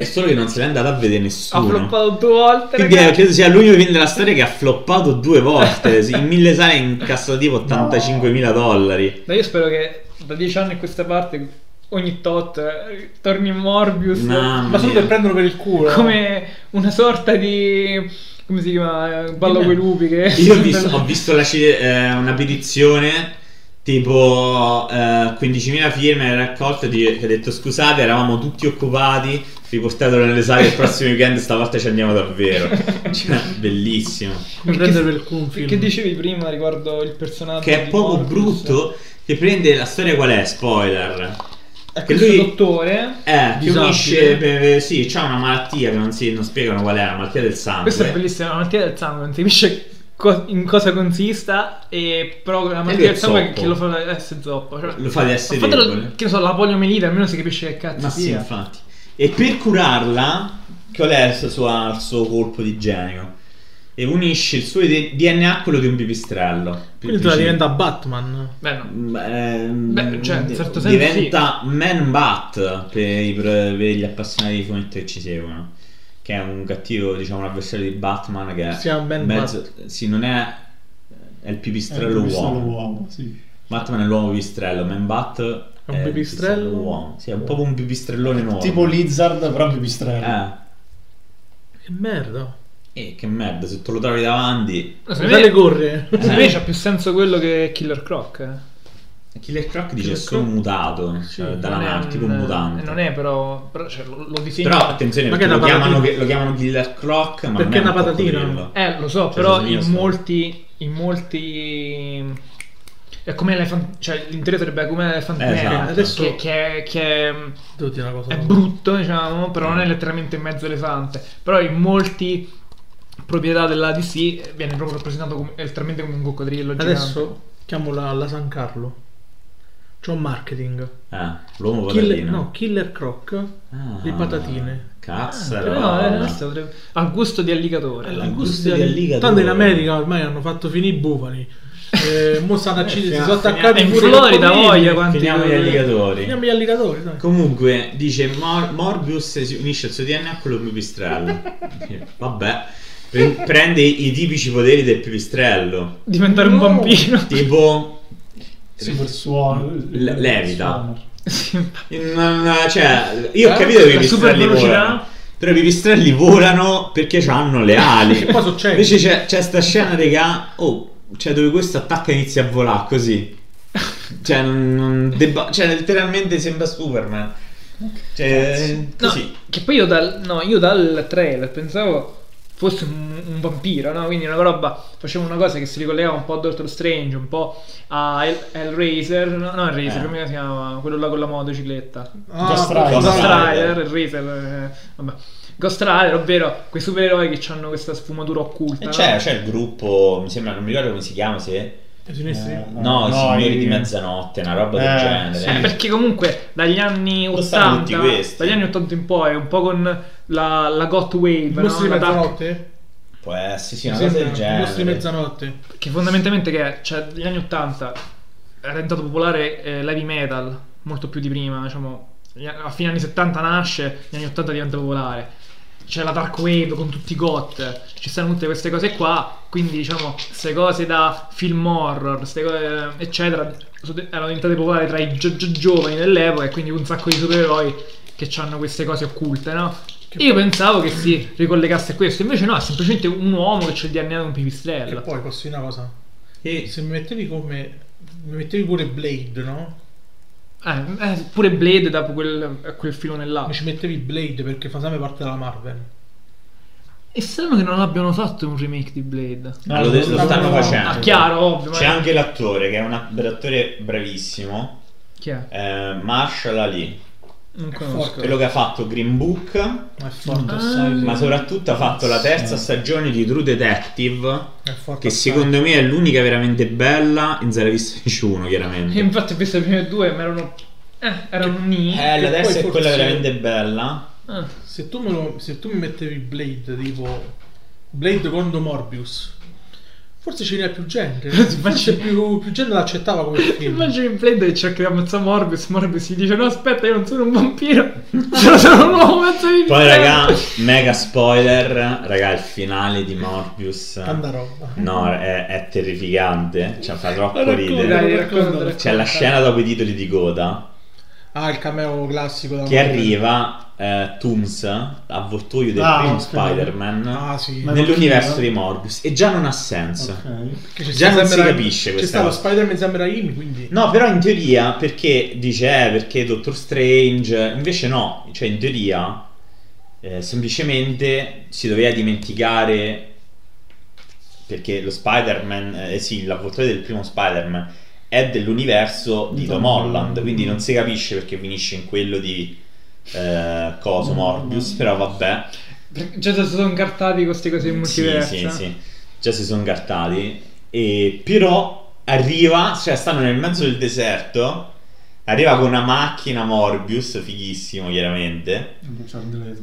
C: è solo che non se l'è andato a vedere
B: Ha
C: nessuno
B: floppato due volte.
C: quindi eh,
B: ragazzi.
C: credo sia l'unico film della storia che ha floppato due volte sì, in mille sale ha incassato tipo 85.000 dollari
B: Ma io spero che da dieci anni a questa parte ogni tot eh, torni in Morbius.
C: Mamma
E: Ma solo
C: mia.
E: per prenderlo per il culo.
B: Come una sorta di... Come si chiama? Eh, Ballo
E: Di me.
B: coi lupi che...
C: <laughs> Io ho
B: <laughs>
C: visto, ho visto la ci- eh, una petizione tipo eh, 15.000 firme raccolte di- che ha detto scusate eravamo tutti occupati, riportatelo nelle sale il prossimo weekend stavolta ci andiamo
B: <laughs>
C: davvero. Cioè, bellissimo.
E: Come prendere per il culo un film.
B: Che dicevi prima riguardo il personaggio
C: Che è
B: di
C: poco
B: Morbius?
C: brutto, che prende la storia qual è, spoiler.
B: È
C: Che
B: questo
C: lui-
B: Ecco, dottore...
C: Eh, che
E: Disabile.
C: unisce, eh, sì, c'ha una malattia che non, si, non spiegano qual è, la malattia del sangue.
B: Questa è bellissima, la malattia del sangue, non si capisce co- in cosa consista, e però la
C: lui è
B: malattia del sangue
C: zoppo.
B: che lo fa essere zoppo. Cioè,
C: Lo fa di essere
B: ma fatelo-
C: debole.
B: che ne so, la poliomielite, almeno si capisce che cazzo
C: Ma sì,
B: sia.
C: infatti. E per curarla, qual è il suo, il suo colpo di genio? E unisce il suo de- DNA a quello di un pipistrello.
E: Quindi tu la diventa Batman.
B: Beh, no.
C: Mm, ehm,
B: Beh, cioè, in
C: di-
B: certo senso
C: diventa Man Bat per, i- per gli appassionati di fumetti che ci seguono. Che è un cattivo, diciamo, un avversario di Batman che è
E: Si chiama Man
C: Sì, non è... è il
D: Eh,
C: pipistrello
D: questo è
C: uomo.
D: l'uomo, sì.
C: Batman è l'uomo pipistrello, Man Bat è,
E: un
C: il
E: pipistrello?
C: uomo. Sì, è un po' un pipistrellone nuovo.
D: Tipo Lizard, però pipistrello.
C: Eh.
E: Che merda.
C: E che merda, se te lo trovi davanti.
B: No, secondo
E: Dove
B: me, <laughs>
E: le corre?
B: secondo me c'ha più senso quello che Killer Croc. eh.
C: Killer Croc dice
B: Killer
C: solo
B: Croc?
C: mutato, cioè dalla
B: Non è
C: Marvel,
B: un-
C: tipo un mutante.
B: Non è però, però, cioè, lo, lo disegna.
C: Però attenzione,
E: Ma
C: perché
E: che è
C: lo
E: una
C: chiamano,
E: patatina?
C: lo chiamano Killer Croc, ma non è
E: Perché è una
C: un
E: patatina?
C: coccodrillo.
B: Eh, lo so,
C: Cioè,
B: però
C: bisogna
B: in
C: stare.
B: molti, in molti... È come Elephant... Cioè, l'intero sarebbe come Elephant
C: Eh,
B: Man,
C: esatto.
E: Adesso-
B: che- che- che
E: Devo dire una cosa.
B: è brutto, diciamo, però non è letteralmente in mezzo elefante. Però in molti proprietà della DC viene proprio rappresentato come, letteralmente come un coccodrillo. gigante.
E: Adesso chiamo la, la San Carlo. C'ho un marketing.
C: Eh, l'uomo
E: Killer,
C: patatino.
E: no, Killer Croc.
C: Ah,
E: le patatine.
B: Ah,
C: Cazzo,
B: no, eh, adesso potrebbe- al gusto di alligatore.
C: Allora.
E: La
C: gusto
E: gustia
C: di alligatore.
E: Tanto in America ormai hanno fatto finire i bufali. Eh,
C: <laughs>
E: mo stanno a Cile, si
C: finiamo-
E: sono attaccati
B: E in
E: pure i
B: Florida
E: coccodrilli.
B: voglia quanti
C: Finiamo gli alligatori.
E: Finiamo gli alligatori, dai.
C: Comunque, dice Mor- Morbius si unisce al suo DNA a quello del
E: <laughs>
C: pipistrello. Vabbè, Pre- prende i tipici poteri del pipistrello.
B: diventare un <laughs>
E: No.
B: vampiro.
C: Tipo
D: Super suono.
C: Eh, L- levita.
B: Sì.
C: Non- cioè, io ho
E: Eh?
C: capito che i
B: La super
C: pipistrelli
B: velocità?
C: volano. Però i pipistrelli volano perché hanno le ali.
E: Che poi succede.
C: Invece c'è, c'è sta scena, regà, oh, cioè dove questo attacca e inizia a volare così. Cioè, non, non debba- cioè, letteralmente sembra Superman. Cioè,
B: No,
C: così.
B: che poi io dal, no, io dal trailer pensavo fosse un, un vampiro, no? Quindi una roba, facevo una cosa che si ricollegava un po' a Doctor Strange, un po' a El- Hellraiser, no, no Hellraiser,
C: Eh.
B: come si chiama? Quello là con la motocicletta.
E: ok.
D: Ghost Rider.
B: Ghost
C: Ghost
B: Rider,
C: Rider.
B: Hellraiser, eh, vabbè. Ghost Rider, ovvero quei supereroi che hanno questa sfumatura occulta,
C: E
B: no?
C: Eh, c'è, c'è il gruppo, mi sembra, non mi ricordo come si chiama, se...
E: I sinistri?
D: Eh,
C: No, i
D: No,
C: signori
D: i-
C: di mezzanotte, una roba
D: Eh,
C: del genere.
D: sì.
B: Eh, perché comunque dagli anni
C: Lo sanno
B: 80
C: tutti questi.
B: dagli anni 80 in poi un po' con la, la goth wave
E: I
B: no?
E: mostri di
B: La dark-
E: mezzanotte?
C: Può essere, sì,
E: Mi
C: una cosa
E: sembra,
C: del
E: I
C: genere.
E: mostri di mezzanotte.
B: che fondamentalmente che è, cioè negli anni 80 era diventato popolare eh, l'heavy metal molto più di prima diciamo gli a a fine anni 70 nasce negli anni 80 diventa popolare c'è la dark wave con tutti i goth ci stanno tutte queste cose qua quindi diciamo queste cose da film horror queste cose eh, eccetera sono di- erano diventate popolari tra i gio- gio- giovani dell'epoca e quindi un sacco di supereroi che hanno queste cose occulte no?
E: Che
B: io
E: poi-
B: pensavo che si ricollegasse a questo invece no è semplicemente un uomo che c'è il DNA di un pipistrello
E: E poi posso dire una cosa.
C: Sì.
E: Se mi mettevi come. Mi mettevi pure Blade, no?
B: Eh, eh, pure Blade dopo quel, eh, quel filone là.
E: Mi ci mettevi Blade perché fa sempre parte della Marvel.
B: È strano che non abbiano fatto un remake di Blade.
C: Ah, lo, lo stanno
E: no, no.
C: facendo.
B: Ah, chiaro, ovvio. ma-
C: C'è anche l'attore che è un attore bravissimo,
B: Chi è?
C: eh, Marshall Ali,
B: Non
E: È
B: conosco.
C: quello che ha fatto Green Book,
E: Ma È forte,
C: Mm.
B: Ah.
E: assai, sì.
C: ma soprattutto ha fatto la terza
D: Sì.
C: stagione di True Detective,
E: È forte.
C: Ah. che
E: assai.
C: secondo me è l'unica veramente bella in Zara Vista 1, chiaramente.
B: E <laughs> infatti ho visto le prime due, ma erano. Eh, erano ni.
C: Eh, la
E: poi
C: terza è
E: forse-
C: quella veramente bella.
B: Ah,
E: Se tu, me lo- se tu mi mettevi Blade, tipo Blade contro Morbius, forse ce n'era più <laughs> gente. Forse più, più gente l'accettava <laughs> come film.
B: Immagini Blade che cerca di ammazzare Morbius. Morbius gli dice: No, aspetta, io non sono un
C: <laughs>
B: vampiro. <laughs> Cioè, Sono solo un uomo mezzo di
C: Poi,
B: pisello."
C: raga, mega spoiler, raga, il finale di Morbius.
E: Tanta roba.
C: No, è, è terrificante. Cioè, fa troppo
E: Ma
C: ridere.
E: racconta,
B: Dai, racconta,
E: racconta.
C: C'è la scena dopo i titoli di coda
E: Ah, il cameo classico da
C: che
E: Marvel.
C: arriva eh, Tooms a voltoio del
D: Ah,
C: primo
D: ok.
C: Spider-Man
E: Ah, sì.
D: Ma-
C: nell'universo di Morbius e già non ha senso.
D: Ok.
E: Che c'è
C: già
E: sta
C: non si
E: Sam Ra-
C: capisce
E: C'è
C: questa
E: stato
C: cosa.
E: Spider-Man Sam Raimi, quindi.
C: No, però in teoria perché dice eh, perché Doctor Strange, invece no, cioè in teoria eh, semplicemente si doveva dimenticare perché lo Spider-Man, eh, sì, l'avvoltoio del primo Spider-Man è dell'universo di Tom Holland, quindi non si capisce perché finisce in quello di eh, Coso Morbius, però vabbè.
B: Perché Già si sono incartati con queste cose in
C: Sì,
B: multiverso.
C: sì, sì. Già si sono cartati. E però arriva, cioè stanno nel mezzo del deserto. Arriva con una macchina Morbius, fighissimo chiaramente.
D: C'ho il deleto.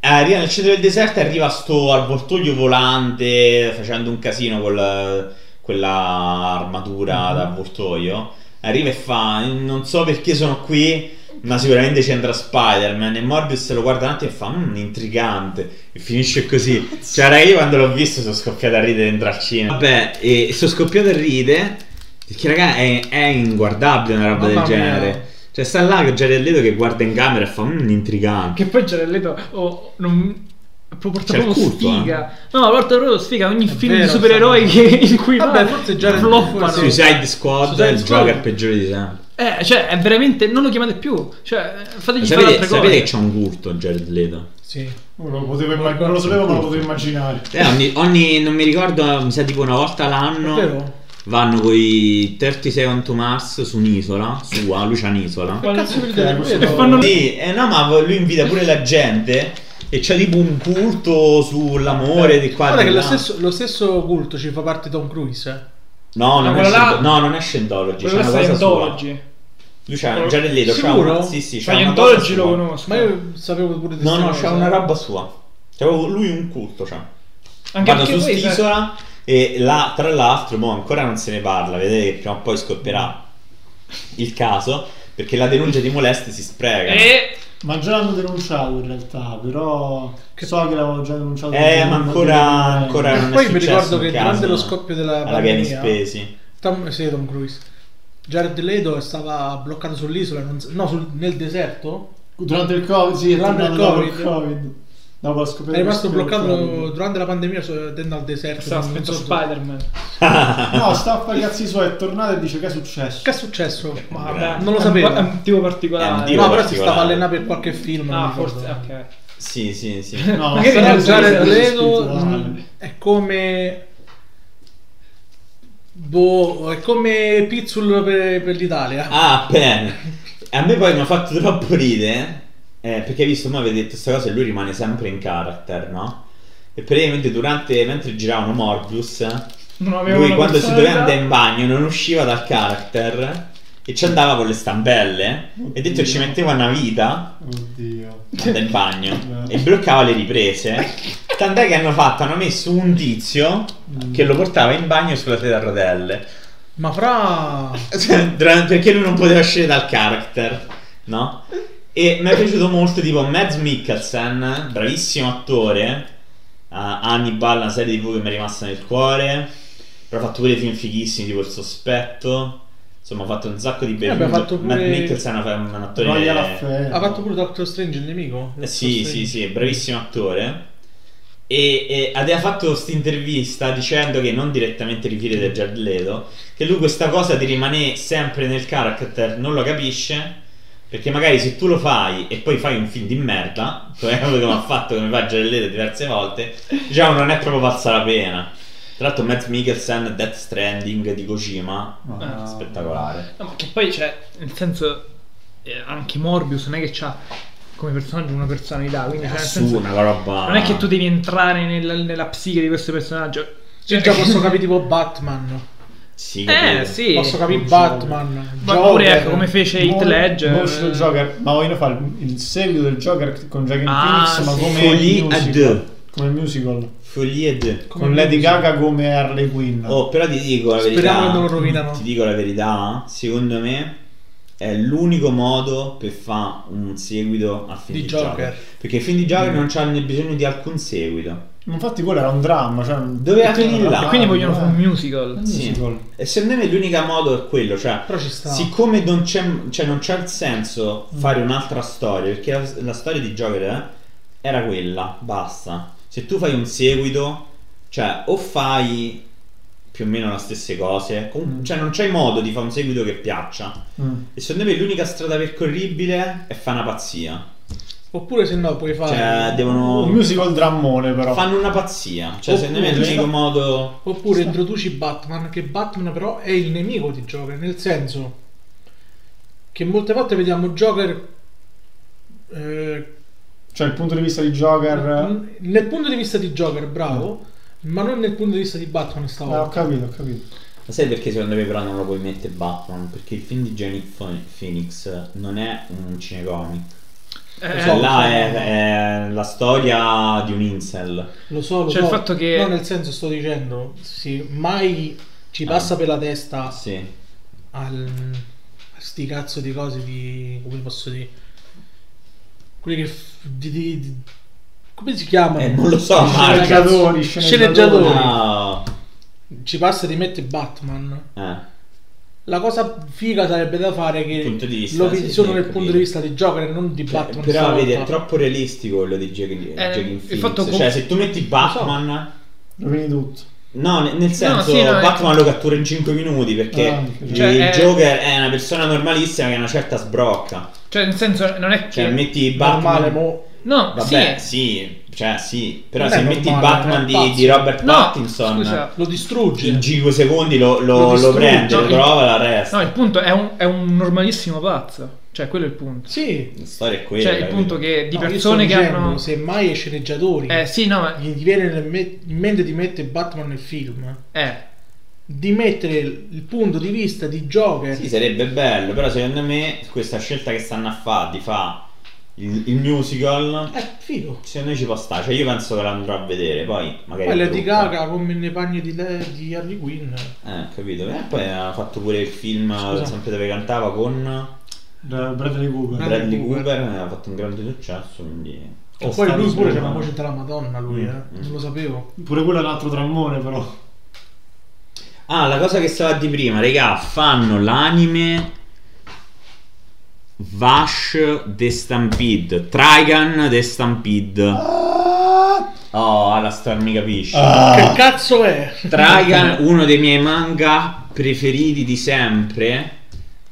C: Eh, Arriva nel centro del deserto e arriva sto avvoltoio volante facendo un casino con la- quella armatura da avvoltoio. Arriva e fa: Non so perché sono qui, ma sicuramente c'entra Spider-Man. E Morbius lo guarda un attimo e fa: Mmm, intrigante. E finisce <laughs> così. Cioè, raga, io quando l'ho visto sono scoppiato a ridere dentro al cinema. Vabbè, e sono scoppiato a ridere perché, raga, è, è inguardabile una roba
E: Mamma
C: del
E: mia.
C: genere. Cioè, sta là che Jared Leto che guarda in camera e fa: Mmm, intrigante.
B: Che poi c'era Leto oh, non... pro- porta
C: C'è il
B: proprio
C: culto, eh.
B: sfiga. No, porta proprio sfiga ogni
E: È
B: film
E: vero,
B: di supereroi che, <laughs> in cui
E: Vabbè,
B: va,
E: forse già-
B: floppano.
E: forse-
C: Suicide Squad
E: Suicide
C: è il
E: Squad.
C: Joker peggiore di sempre.
B: Eh, cioè, è veramente. Non lo chiamate più. Cioè, fategli fare
C: Sapete,
B: altre
C: sapete che
B: cose.
C: c'è un culto Jared Leto?
E: Sì.
D: Non Oh, lo potevo immag- non lo sapevo, ma lo potevo immaginare.
C: Eh, ogni, ogni- non mi ricordo, mi sa tipo una volta l'anno
E: Davvero?
C: vanno con i 30 Second to Mars su un'isola, sua, lui c'ha un'isola.
E: Che cazzo mi ridete?
D: questo-
E: Davvero?
B: fanno-
C: Sì, eh, no, ma lui invita pure la gente e c'è tipo un culto sull'amore di qua
E: Guarda
C: di
E: che lo
C: là.
E: stesso, lo stesso culto ci fa parte Tom Cruise. eh.
C: No, non
B: Ma
C: è
B: quello là-
C: Scientology, no, non è Scientology, c'è
B: Quello
C: una
B: è
C: cosa sua.
B: Scientology.
C: Lui c'ha Jared Leto, c'ha
E: Sicuro?
C: una- sì, sì, c'ha una cosa
B: Scientology lo
C: sua.
B: conosco.
E: Ma io sapevo pure di
C: No,
E: sta
C: no,
E: cosa.
C: c'ha una roba sua. C'è proprio lui un culto, c'ha.
B: Anche cioè.
C: Vanno
B: perché
C: su
B: poi, sai-
C: quest'isola e là, tra l'altro, mo ancora non se ne parla, vedete che prima o poi scoppierà il caso, perché la denuncia di molestie si sprega.
B: Eh,
D: Ma già l'hanno denunciato in realtà, però so che l'avevo già denunciato.
C: Eh, ma ancora, ancora
E: E
C: non è
E: poi mi
C: successo
E: ricordo
C: un
E: che
C: caso,
E: durante lo
C: no?
E: scoppio della
C: alla Game
E: pandemia
C: Spesi.
E: Tom, sì, Tom Cruise Jared Leto stava bloccato sull'isola, non s- no, sul- nel deserto.
D: Durante il Covid, sì, è
E: Durante il
D: tornato dopo
E: Covid.
D: il Covid. Dopo la scoperta
E: È rimasto
D: del
E: bloccato
B: <laughs>
D: Covid.
E: durante la pandemia su- dentro al deserto.
B: Stava
E: non- non
B: aspettando
E: so dove.
B: Spider-Man. Ah.
D: No, sta a fare i cazzi suoi, è tornato e dice che è successo.
E: Che è successo? Ma
C: Grande.
E: non lo
B: È un, è
E: sapevo.
B: un tipo
C: È un
B: particolare.
C: tipo-
E: No, però si
C: particolare.
E: stava allenando per qualche film. non
B: eh, Ah,
E: mi ricordo.
B: forse. Ok.
C: sì, sì,
E: <laughs>
C: sì.
D: No,
B: Magari
D: sarà
E: Però
B: nel
D: un servizio
E: Jared Leto
B: Mm.
D: spirituale.
E: mh, è come. Boh, è come Pizzul per, per l'Italia.
C: Ah, bene. A me poi mi ha fatto troppo ridere. eh, perché hai visto, mo avete detto questa cosa e lui rimane sempre in character, no? E praticamente durante, mentre giravano Morbius,
B: Non avevo
C: lui
B: una
C: quando si doveva
B: personalità.
C: andare in bagno non usciva dal character e ci andava con le stampelle e detto ci metteva una vita
D: Oddio.
C: andava in bagno e bloccava le riprese. Tant'è che hanno fatto, hanno messo un tizio che lo portava in bagno sulla sedia a rotelle.
E: Ma fra.
C: Cioè, durante- perché lui non poteva uscire dal character, no? E mi è piaciuto molto tipo Mads Mikkelsen, bravissimo attore, a Hannibal, una serie tv che mi è rimasta nel cuore, però ha fatto pure film fighissimi tipo Il Sospetto, insomma ha fatto un sacco di
E: Eh,
C: belli
E: abbiamo
C: film.
E: fatto pure-
C: Mads Mikkelsen è un un attore...
D: Royal Affair.
E: Ha fatto pure Doctor Strange il nemico?
C: Eh, sì, sì,
E: Doctor Strange.
C: sì, è bravissimo attore. E, e aveva fatto questa intervista dicendo che non direttamente rifiere del Jared Leto, che lui questa cosa di rimanere sempre nel character non lo capisce, perché magari se tu lo fai e poi fai un film di merda, <laughs> come quello che mi ha fatto come fa Jared Leto diverse volte, diciamo non è proprio valsa la pena. Tra l'altro Matt Mikkelsen, Death Stranding di Kojima,
B: Eh,
D: Ma-
C: spettacolare.
B: No, ma che poi c'è, nel senso, eh, anche Morbius non è che c'ha come personaggio una personalità, quindi cioè, nel senso,
C: Assurda, la roba...
B: non è che tu devi entrare nella, nella psiche di questo personaggio. Cioè,
E: Io già posso capire tipo Batman.
B: Eh,
C: Sì, capito.
B: sì.
E: Posso capire
D: Non so.
E: Batman. Cioè,
B: Ma
E: Joker.
B: pure, ecco, come fece Heath
D: Mol-
B: Ledger.
D: molto del Joker, ma voglio fare il, il seguito del Joker con Jack
B: Ah,
D: Phoenix, ma
B: sì.
D: come
C: Folie à deux.
D: musical, come musical,
C: Folie de...
E: Come
D: con Lady
E: musical.
D: Gaga come Harley Quinn.
C: Oh, però ti dico la
E: Speriamo
C: verità.
E: che non lo rovinano.
C: Ti dico la verità. Secondo me è l'unico modo per fare un seguito a film
E: Di
C: di,
E: Joker. Mm.
C: Joker. Perché i film di Joker non hanno bisogno di alcun seguito.
D: Infatti quello era un dramma, cioè
C: Doveva finire là.
B: E quindi vogliono
D: eh.
B: fare un musical.
C: Sì.
D: musical.
C: E secondo me l'unico modo è quello, cioè
E: Però ci sta.
C: siccome non c'è, cioè, non c'è il senso
D: Mm.
C: fare un'altra storia, perché la, la storia di Joker eh, era quella, basta. Se tu fai un seguito, cioè o fai più o meno le stesse cose, com-
D: Mm.
C: cioè non c'hai modo di fare un seguito che piaccia.
D: Mm.
C: E secondo me l'unica strada percorribile è fare una pazzia.
E: Oppure se no puoi fare.
C: Cioè, devono.
D: Un musical drammone però.
C: fanno una pazzia. Cioè, secondo me è
D: Oppure-
C: l'unico modo.
E: Oppure introduci Batman, che Batman però è il nemico di Joker, nel senso che molte volte vediamo Joker eh,
D: Cioè il punto di vista di Joker...
E: n- nel punto di vista di Joker, bravo,
B: Mm.
E: ma non nel punto di vista di Batman
D: Ah, ho
E: stavolta.
D: capito, ho capito.
C: Ma sai perché secondo me però non lo puoi mettere Batman? Perché il film di Jenny Phoenix non è un cinecomic.
B: Eh,
C: cioè,
E: lo
C: là
E: so.
C: è, è la storia di un incel.
E: Lo so, lo
B: Cioè,
E: so.
B: il fatto che-
E: No, nel senso sto dicendo, sì, mai ci
B: Ah.
E: passa per la testa
C: Sì.
E: al a sti cazzo di cose di come posso dire quelli che f- di, di- di- come si chiamano
C: Eh, non lo
E: Ah,
C: so, Marco.
D: Sceneggiatori, sceneggiatori.
E: Sceneggiatori.
C: No.
E: ci passa di mette Batman
C: Ah, Eh.
E: la cosa figa sarebbe da fare che
C: Punto di vista,
E: lo
C: sì,
E: vedi
C: sì,
E: solo
C: ho
E: dal
C: capito.
E: punto di vista di Joker e non di
C: Cioè,
E: Batman
C: però
E: stavolta.
C: vedi, è troppo realistico quello di Jack
B: Eh, il
C: Phoenix.
B: fatto com-
C: Cioè, se tu metti Batman...
D: Rovini tutto.
C: No, ne- nel senso,
B: sì, no, è-
C: Batman lo cattura in 5 minuti perché
D: Ah,
C: il
B: cioè, è-
C: Joker è una persona normalissima che ha una certa sbrocca.
B: Cioè, nel senso, non è che...
C: Cioè, metti Batman.
E: normale mo
B: No,
C: Vabbè,
B: sì.
C: sì. cioè, sì. Però
E: Non
C: se
E: è
C: metti
E: normale,
C: Batman
E: non è
C: di,
E: pazzo.
C: di Robert
B: No,
C: Pattinson,
B: scusa.
E: lo
C: in
E: distrugge
C: 5 secondi lo, lo-
E: Lo
C: lo
E: distrugge,
C: prende,
B: no,
C: lo
B: il-
C: trova e l'arresta.
B: No, il punto è un, è un normalissimo pazzo. Cioè, quello è il punto.
E: sì
C: La storia è quella.
B: Cioè, il
C: capito?
B: punto che di
E: No, io
B: persone
E: sto
B: che
E: dicendo,
B: hanno...
E: semmai ai sceneggiatori
B: Eh, sì, no, ma...
E: gli viene nel me- in mente di mettere Batman nel film
B: Eh,
E: di mettere il il punto di vista di Joker
C: Sì, sarebbe bello, però secondo me questa scelta che stanno a fare di fare il, il musical,
E: è Eh, figo
C: secondo me ci può stare. Cioè, io penso che l'andrò a vedere, poi magari...
E: poi
C: trucco.
E: Lady Gaga come nei panni di, le- di Harley Quinn
C: Eh, capito. E poi ha fatto pure il film
E: Scusa.
C: sempre dove cantava con
D: Da Bradley Cooper.
E: Bradley
C: Bradley
E: Cooper.
C: Cooper, eh, ha fatto un grande successo, quindi...
E: che poi lui pure c'è una voce
C: voce
E: della Madonna lui
C: Mm,
E: eh.
C: mm.
E: non lo sapevo
D: Pure quello è un altro drammone però.
C: Ah, la cosa che stava di prima, regà, fanno l'anime Vash The Stampede, Trigun The Stampede.
D: Ah,
C: Oh, alla star mi capisci.
E: Che
D: ah,
E: cazzo è?
C: Trigun, uno dei miei manga preferiti di sempre,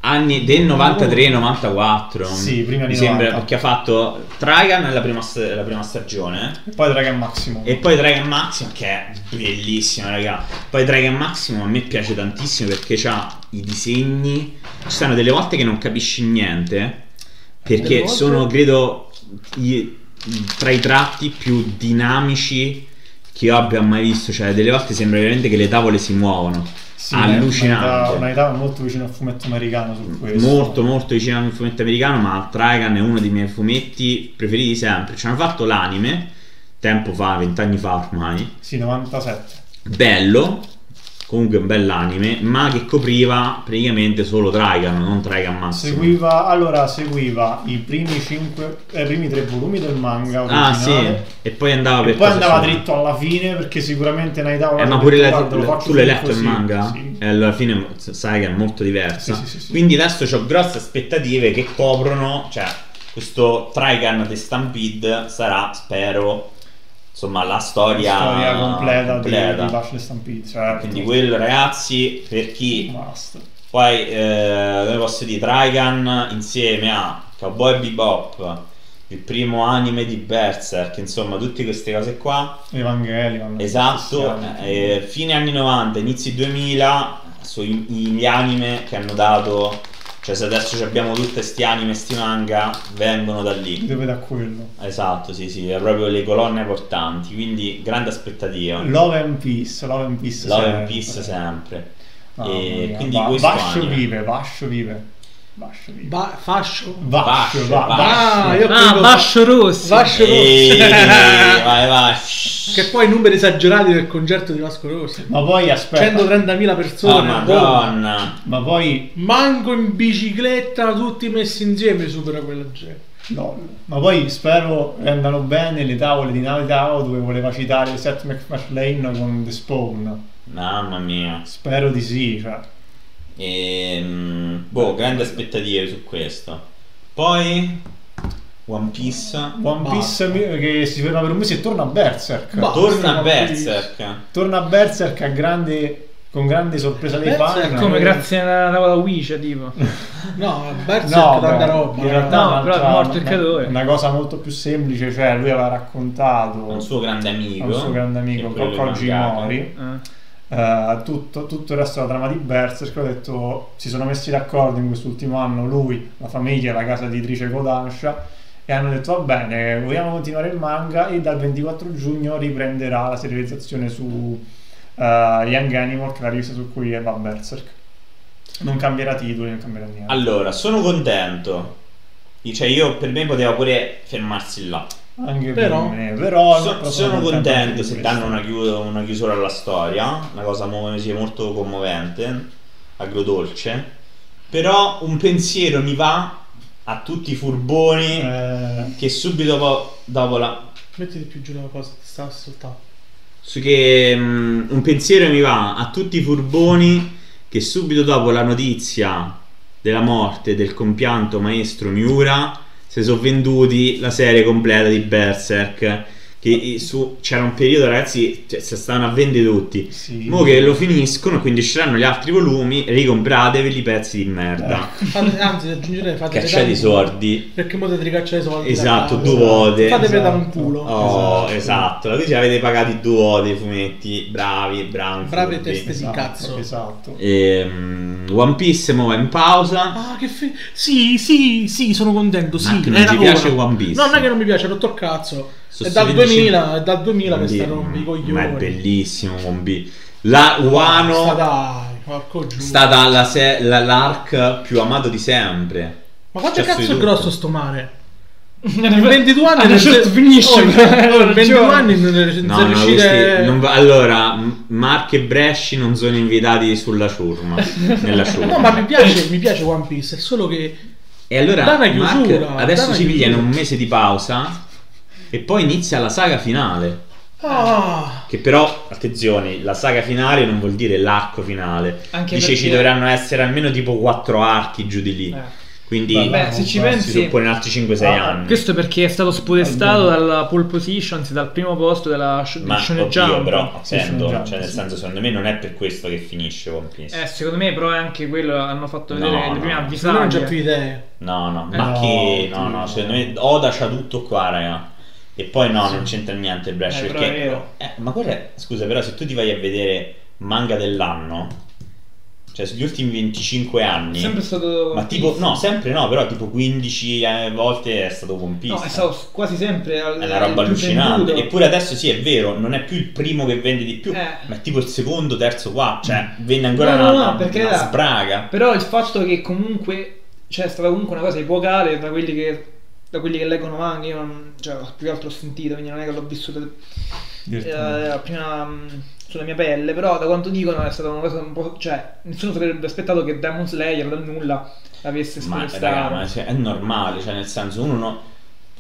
C: anni del 93-94.
D: Oh. Sì, prima
C: mi
D: di
C: sembra
D: 90.
C: perché ha fatto Trigun la prima, st- la prima stagione.
D: poi Dragon Maximum.
C: E poi Dragon Maximum che è bellissima, raga. Poi Dragon Maximum a me piace tantissimo perché ha i disegni. Ci stanno delle volte che non capisci niente.
E: Delle
C: Perché
E: volte-
C: sono, credo, i- tra i tratti più dinamici che io abbia mai visto. Cioè, delle volte sembra veramente che le tavole si muovono.
D: Sì,
C: allucinante.
D: Una età, una età molto vicina al fumetto americano su questo.
C: Molto, molto vicino al fumetto americano, ma Trigun è uno dei miei fumetti preferiti sempre. Ci hanno fatto l'anime, tempo fa, vent'anni fa ormai.
D: Sì, 97.
C: bello, comunque un bell'anime, ma che copriva praticamente solo Trigun, non Trigun Massimo.
D: Seguiva, allora, seguiva i primi, cinque, eh, i primi tre volumi del manga
C: ah sì,
D: originale.
C: e poi andava
D: E
C: per
D: poi
C: cose
D: andava
C: sue.
D: dritto alla fine perché sicuramente Naidao
C: Eh, ma pure l'hai-
D: guarda, lo faccio
C: tu l'hai
D: solo
C: letto il
D: così.
C: manga?
D: Sì.
C: E alla fine sai che è molto diversa.
D: Sì, sì, sì, sì.
C: Quindi adesso ho grosse aspettative che coprono, cioè questo Trigun di Stampede sarà, spero, insomma la storia,
D: La storia completa,
C: completa.
D: di, di Bash the Stampede. Cioè,
C: Quindi
D: tutto-
C: quello ragazzi, per chi
D: Basta.
C: Poi, eh, come posso dire, Trigun insieme a Cowboy Bebop, il primo anime di Berserk, insomma, tutte queste cose qua.
D: Evangelion.
C: Esatto,
D: Cristiano.
C: eh, fine anni 90, inizi 2000, sui- gli anime che hanno dato, cioè se adesso ci abbiamo tutti sti anime, sti manga, vengono da lì.
D: Dove da quello?
C: Esatto, sì, sì, è proprio le colonne portanti, quindi grande aspettativa.
D: Love and Peace, Love and Peace
C: Love
D: sempre.
C: and Peace sempre.
D: Mamma
C: E
D: mia,
C: quindi
D: va-
C: questo
D: Vascio
C: anime.
D: vive, Vascio vive. Vascio vive.
E: Ba- fascio.
D: Vascio,
C: Vascio,
D: va-
E: Ah,
D: Vascio.
E: io
B: Ah,
E: credo-
B: Bascio Rossi.
E: Fascio
C: Ehi,
D: Eh.
C: <laughs>
E: rosso.
C: vai, vai.
E: che poi i numeri esagerati del concerto di Vasco Rossi.
D: Ma Ah, poi aspetta,
E: 130.000
C: Oh,
E: persone.
D: boh.
E: a Roma.
C: madonna.
D: ma poi
E: Manco in bicicletta, tutti messi insieme supera quella gente.
D: no, ma poi spero rendano bene le tavole di Navidad dove voleva citare Seth MacFarlane con The Spawn.
C: Mamma mia.
D: Spero di sì, cioè.
C: Ehm, boh, grandi aspettative su questo. Poi One Piece.
D: One
E: Basta.
D: Piece mi- che si ferma per un mese e torna a Berserk.
E: Basta.
C: Torna
E: One
C: Berserk.
D: Torna a Berserk a grande, con grande sorpresa dei
E: Berserk
D: fan.
B: Come grazie alla tavola Ouija,
E: <laughs>
B: tipo.
E: No, Berserk
D: No,
E: tanta
D: beh,
E: roba. eh.
D: in realtà
B: No,
D: un'altra-
B: però è morto il
D: una-
B: creatore.
D: Una cosa molto più semplice, cioè lui aveva raccontato
C: Un suo grande amico.
D: a un suo grande amico,
C: che è quello
D: Koji
C: del mangaka.
D: Mori,
B: Ah.
D: eh, tutto, tutto il resto della trama di Berserk. Ho detto, si sono messi d'accordo in quest'ultimo anno lui, la famiglia, la casa editrice Kodansha. E hanno detto va bene, vogliamo continuare il manga e dal 24 giugno riprenderà la serializzazione su eh, Young Animal, che è la rivista su cui va Berserk. Non cambierà titoli, non cambierà niente.
C: Allora, sono contento. Cioè, io per me poteva pure fermarsi là.
D: Anche
E: Però-
D: per me, però
C: So-
D: però
C: sono contento
D: di
C: se
D: questo.
C: danno una, chiu- una chiusura alla storia, una cosa mo- sì, molto commovente, agrodolce, però un pensiero mi va a tutti i furboni
D: Eh,
C: che subito po- dopo la...
E: Mettiti più giù una cosa, ti sta ascoltando.
C: Su che, mm, un pensiero mi va a tutti i furboni che subito dopo la notizia della morte del compianto maestro Miura si sono venduti la serie completa di Berserk. Che eh, su- c'era un periodo, ragazzi, cioè, si stavano a vendere tutti.
D: sì.
C: Mo che lo finiscono, quindi usciranno gli altri volumi, ricompratevi i pezzi di merda.
E: Fate- anzi, aggiungerei Eh. fate
C: Caccia
E: pedare
C: di
E: un culo,
C: sordi.
E: Perché mo dovete ricacciare i soldi.
C: Esatto,
E: da-
C: due volte.
E: Fate
D: Esatto.
E: pedare un culo.
C: Oh,
D: Esatto.
C: esatto. Così avete pagato i due dei fumetti. Bravi, bravi.
E: Bravi
C: furbi.
E: teste di cazzo.
D: Esatto.
C: Ehm, One Piece mo va in pausa.
E: Ah, che fi- Sì, sì, sì, sono contento. Sì,
C: Ma che non
E: era
C: ti piace
E: ora.
C: One Piece?
E: No, non è che non mi piace, ho rotto il cazzo.
C: Sono
E: è dal
C: 16
E: 2000, è dal 2000 che
C: Quindi, mm,
E: stanno rompi i
C: Ma
E: coglioni.
C: è bellissimo One Piece. La Wano
E: Sta dai, porco giù.
C: è stata la se- la- l'arc più amato di sempre.
E: Ma
C: Cazzo
E: quanto
C: di
E: cazzo è
C: tutto.
E: grosso sto mare? In 22 anni
B: Ah,
E: non
B: certo,
E: se-
B: finisce,
E: Oh,
B: hai
E: oh, in 22
B: ragione.
E: anni non ne- non
C: No,
E: si
C: no,
E: riuscite
C: questi non va- allora, M- Mark e Bresci non sono invitati sulla ciurma. nella ciurma.
E: No, ma mi piace, mi piace One Piece, è solo che
C: E allora,
E: dà una
C: Mark
E: chiusura, dà
C: adesso
E: una
C: ci pigliano
E: chiusura.
C: un mese di pausa e poi inizia la saga finale.
E: Ah,
C: Che però, attenzione, la saga finale non vuol dire l'arco finale.
B: Anche
C: Dice
B: perché-
C: ci dovranno essere almeno tipo 4 archi giù di lì.
B: Eh.
C: Quindi
B: Vabbè, se ci pensi-
C: si suppone altri 5-6
D: Ah,
C: anni.
B: Questo perché è stato spodestato dalla pole position, anzi dal primo posto della sh-
C: Ma
B: di Shonen Jump.
C: oddio, però,
D: Sì,
C: attento,
D: Shonen Jump,
C: cioè nel
D: sì.
C: senso, secondo me non è per questo che finisce One Piece.
B: Eh, secondo me però è anche quello hanno fatto vedere
C: No,
B: le prime
C: no.
E: non ho già più
B: avvisaglie.
E: idee.
C: No, no,
B: Eh,
C: ma
D: no,
C: che...
D: oddio.
C: No, no, secondo me Oda c'ha tutto qua, raga. E poi no, non c'entra niente il Brash,
B: Eh, però è
C: perché...
B: vero.
C: Eh, ma guarda, scusa, però se tu ti vai a vedere manga dell'anno, cioè sugli ultimi 25 anni...
B: Sempre stato
C: Ma tipo, no, sempre no, però tipo 15 eh, volte è stato One Piece.
B: No, è stato quasi sempre al,
C: È una roba
B: il più
C: allucinante.
B: venduto.
C: Eppure adesso sì, è vero, non è più il primo che vende di più,
B: Eh. Mm.
C: ma è tipo il secondo, terzo, quarto. Cioè, vende ancora
B: No, no,
C: una,
B: no, perché
C: una
B: era-
C: sbraga.
B: Però il fatto che comunque cioè, è stata comunque una cosa epocale da quelli che da quelli che leggono manga, io non, cioè, più che altro ho sentito, quindi non è che l'ho vissuta eh,
D: Direttamente.
B: appena, mh, sulla mia pelle, però da quanto dicono è stata una cosa un po'... cioè, nessuno si sarebbe aspettato che Demon Slayer dal nulla avesse
C: Ma,
B: spodestato.
C: raga, ma cioè, è normale, cioè, nel senso, uno no-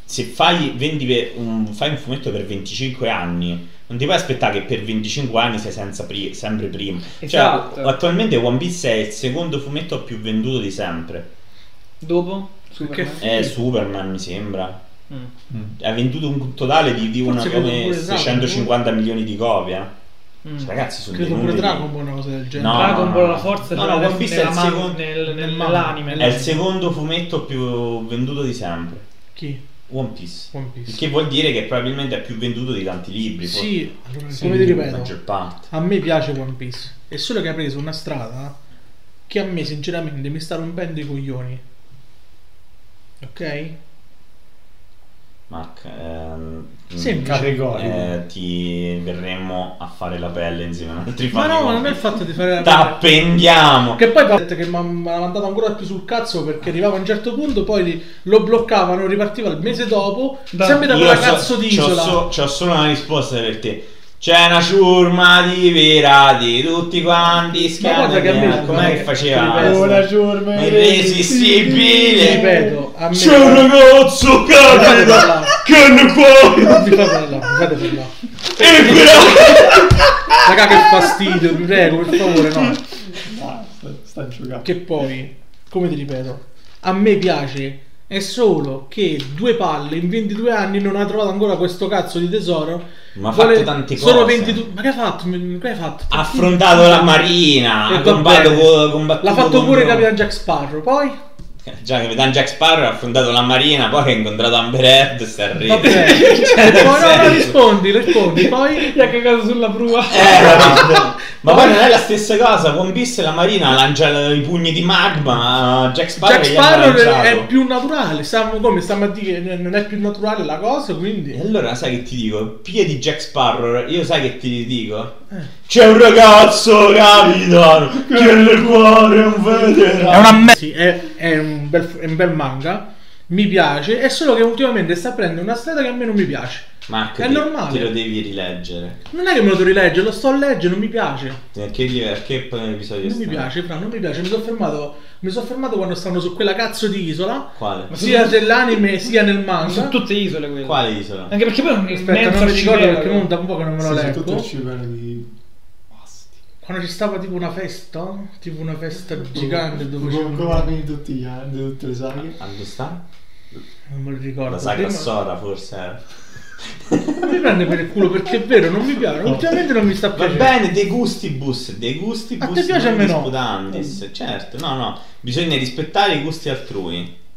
C: se fai, vendi per un, fai un fumetto per 25 anni, non ti puoi aspettare che per 25 anni sei senza pri- sempre primo. Cioè,
B: Esatto.
C: attualmente One Piece è il secondo fumetto più venduto di sempre.
B: Dopo? Superman?
E: Perché-
C: È Superman, mi sembra.
B: Mm.
D: Mm.
C: ha venduto un totale di, di una
E: Forse credo
C: come
E: pure Dragon
C: 650 milioni di copie. eh.
B: Mm.
C: Cioè, ragazzi, sono dei
E: Credo pure
C: numeri-
E: Dragon Ball, una cosa del genere.
C: No,
B: Dragon
C: no,
B: Ball
C: no.
B: la forza
C: No,
B: cioè,
C: no,
B: nel-
C: One Piece è
B: nella
C: il
B: man-
C: secondo-
B: nel-
E: nel
B: nell'anime.
C: È il secondo fumetto più venduto di sempre.
E: Chi?
C: One Piece.
E: One
C: Il
E: Piece.
C: che vuol dire che probabilmente è più venduto di tanti libri.
E: Sì, allora,
D: Sì,
E: come
C: forse,
E: ti
C: la
E: ripeto,
C: maggior parte.
E: a me piace One Piece. È solo che ha preso una strada che a me sinceramente mi sta rompendo i coglioni. Ok?
C: Mark, ehm,
E: Semplice.
D: Categorico.
C: eh, ti verremo a fare la pelle insieme ad altri
E: Ma
C: fan
E: no,
C: di
E: ma
C: One
E: non è il
C: Piece.
E: fatto di fare la
C: T'appendiamo!
E: Che poi mi ha detto che mi ha mi ha mandato ancora più sul cazzo perché arrivava a un certo punto, poi li- lo bloccavano, ripartiva il mese dopo,
B: Da-
E: sempre da
C: Io
E: quella
C: so-
E: cazzo di
C: c'ho
E: isola.
C: so- c'ho solo una risposta per te. C'è una ciurma di pirati, tutti quanti
E: guarda che a me-
C: schiavi. Com'è che
E: ripeto-
C: faceva?
E: Ora
D: Una giornata
C: Irresistibile.
E: Ripeto, a me
C: C'è un ragazzo
E: <laughs>
C: capita che ne
E: Non
C: può
E: vi fate parlare, non vi fate parlare.
C: e però
E: Raga che fastidio, vi prego, per favore, no.
D: Ah, Sta, sta giocando.
E: Che poi, come ti ripeto, a me piace è solo che due palle in 22 anni non ha trovato ancora questo cazzo di tesoro.
C: Ma ha
E: Vuole-
C: fatto tante
E: Solo
C: cose.
E: 22 Ma che hai fatto? Che hai fatto?
C: ha affrontato la marina,
E: E
C: ha
E: va
C: combattuto,
E: bene.
C: co- combattuto
E: L'ha fatto
C: con-
E: pure il Capitan Jack Sparrow, poi
C: <laughs> Già Capitan Jack Sparrow ha affrontato la marina, poi ha incontrato Amber Heard e sta
E: Va bene.
C: ridendo. <laughs> Cioè,
E: E
C: nel
E: poi no, no,
C: senso-
E: rispondi, rispondi,
B: <laughs>
E: poi
B: Gli ha cagato sulla prua.
C: Eh, capito? ma poi non è la stessa cosa. One Piece e la Marina lancia l- i pugni di magma. Jack Sparrow,
E: Jack
C: gli hanno
E: Sparrow
C: lanciato.
E: è più naturale, stiamo come stiamo a dire che non è più naturale la cosa,
C: E
E: quindi
C: allora sai che ti dico? Piedi Jack Sparrow, io sai che ti dico?
E: Eh.
C: C'è un ragazzo, Capitan, che nel cuore è un veterano.
E: Sì, è, è un bel, è un bel manga, mi piace, è solo che ultimamente sta prendendo una strada che a me non mi piace.
C: Marco,
E: È
C: te-
E: normale.
C: te lo devi rileggere.
E: Non è che me lo devo rileggere, lo sto leggendo, non mi piace.
C: Perché, perché episodio
E: Non mi
C: sta?
E: piace, Fra, non mi piace, mi sono fermato, mi sono fermato quando stanno su quella cazzo di isola,
C: Quale?
B: Ma-
E: sia dell'anime sia nel
B: Sono
E: manga.
B: tutte isole quelle.
C: Quale isola?
E: Eh.
B: Anche perché poi non
E: Aspetta, non mi ricordo perché non da un po' che non me lo
D: Sì, sì,
E: leggo.
D: tutto il cipere di pasti.
E: Quando ci stava tipo una festa, tipo una festa gigante dove
D: Con
E: c'era...
D: governi di tutti gli anni, di tutte le saghe.
C: Ah, dove sta?
E: Non me lo ricordo.
C: La sagra
E: Prima-
C: Sora, forse.
E: Non mi prende per il culo perché è vero, non mi piace. Ultimamente non mi sta
C: Va
E: piacendo.
C: bene, De Gustibus, De
B: Ah,
C: Gustibus.
E: A te piace
C: non
E: o meno?
B: Eh.
C: disputantis, certo, no, no, bisogna rispettare i gusti altrui. <laughs>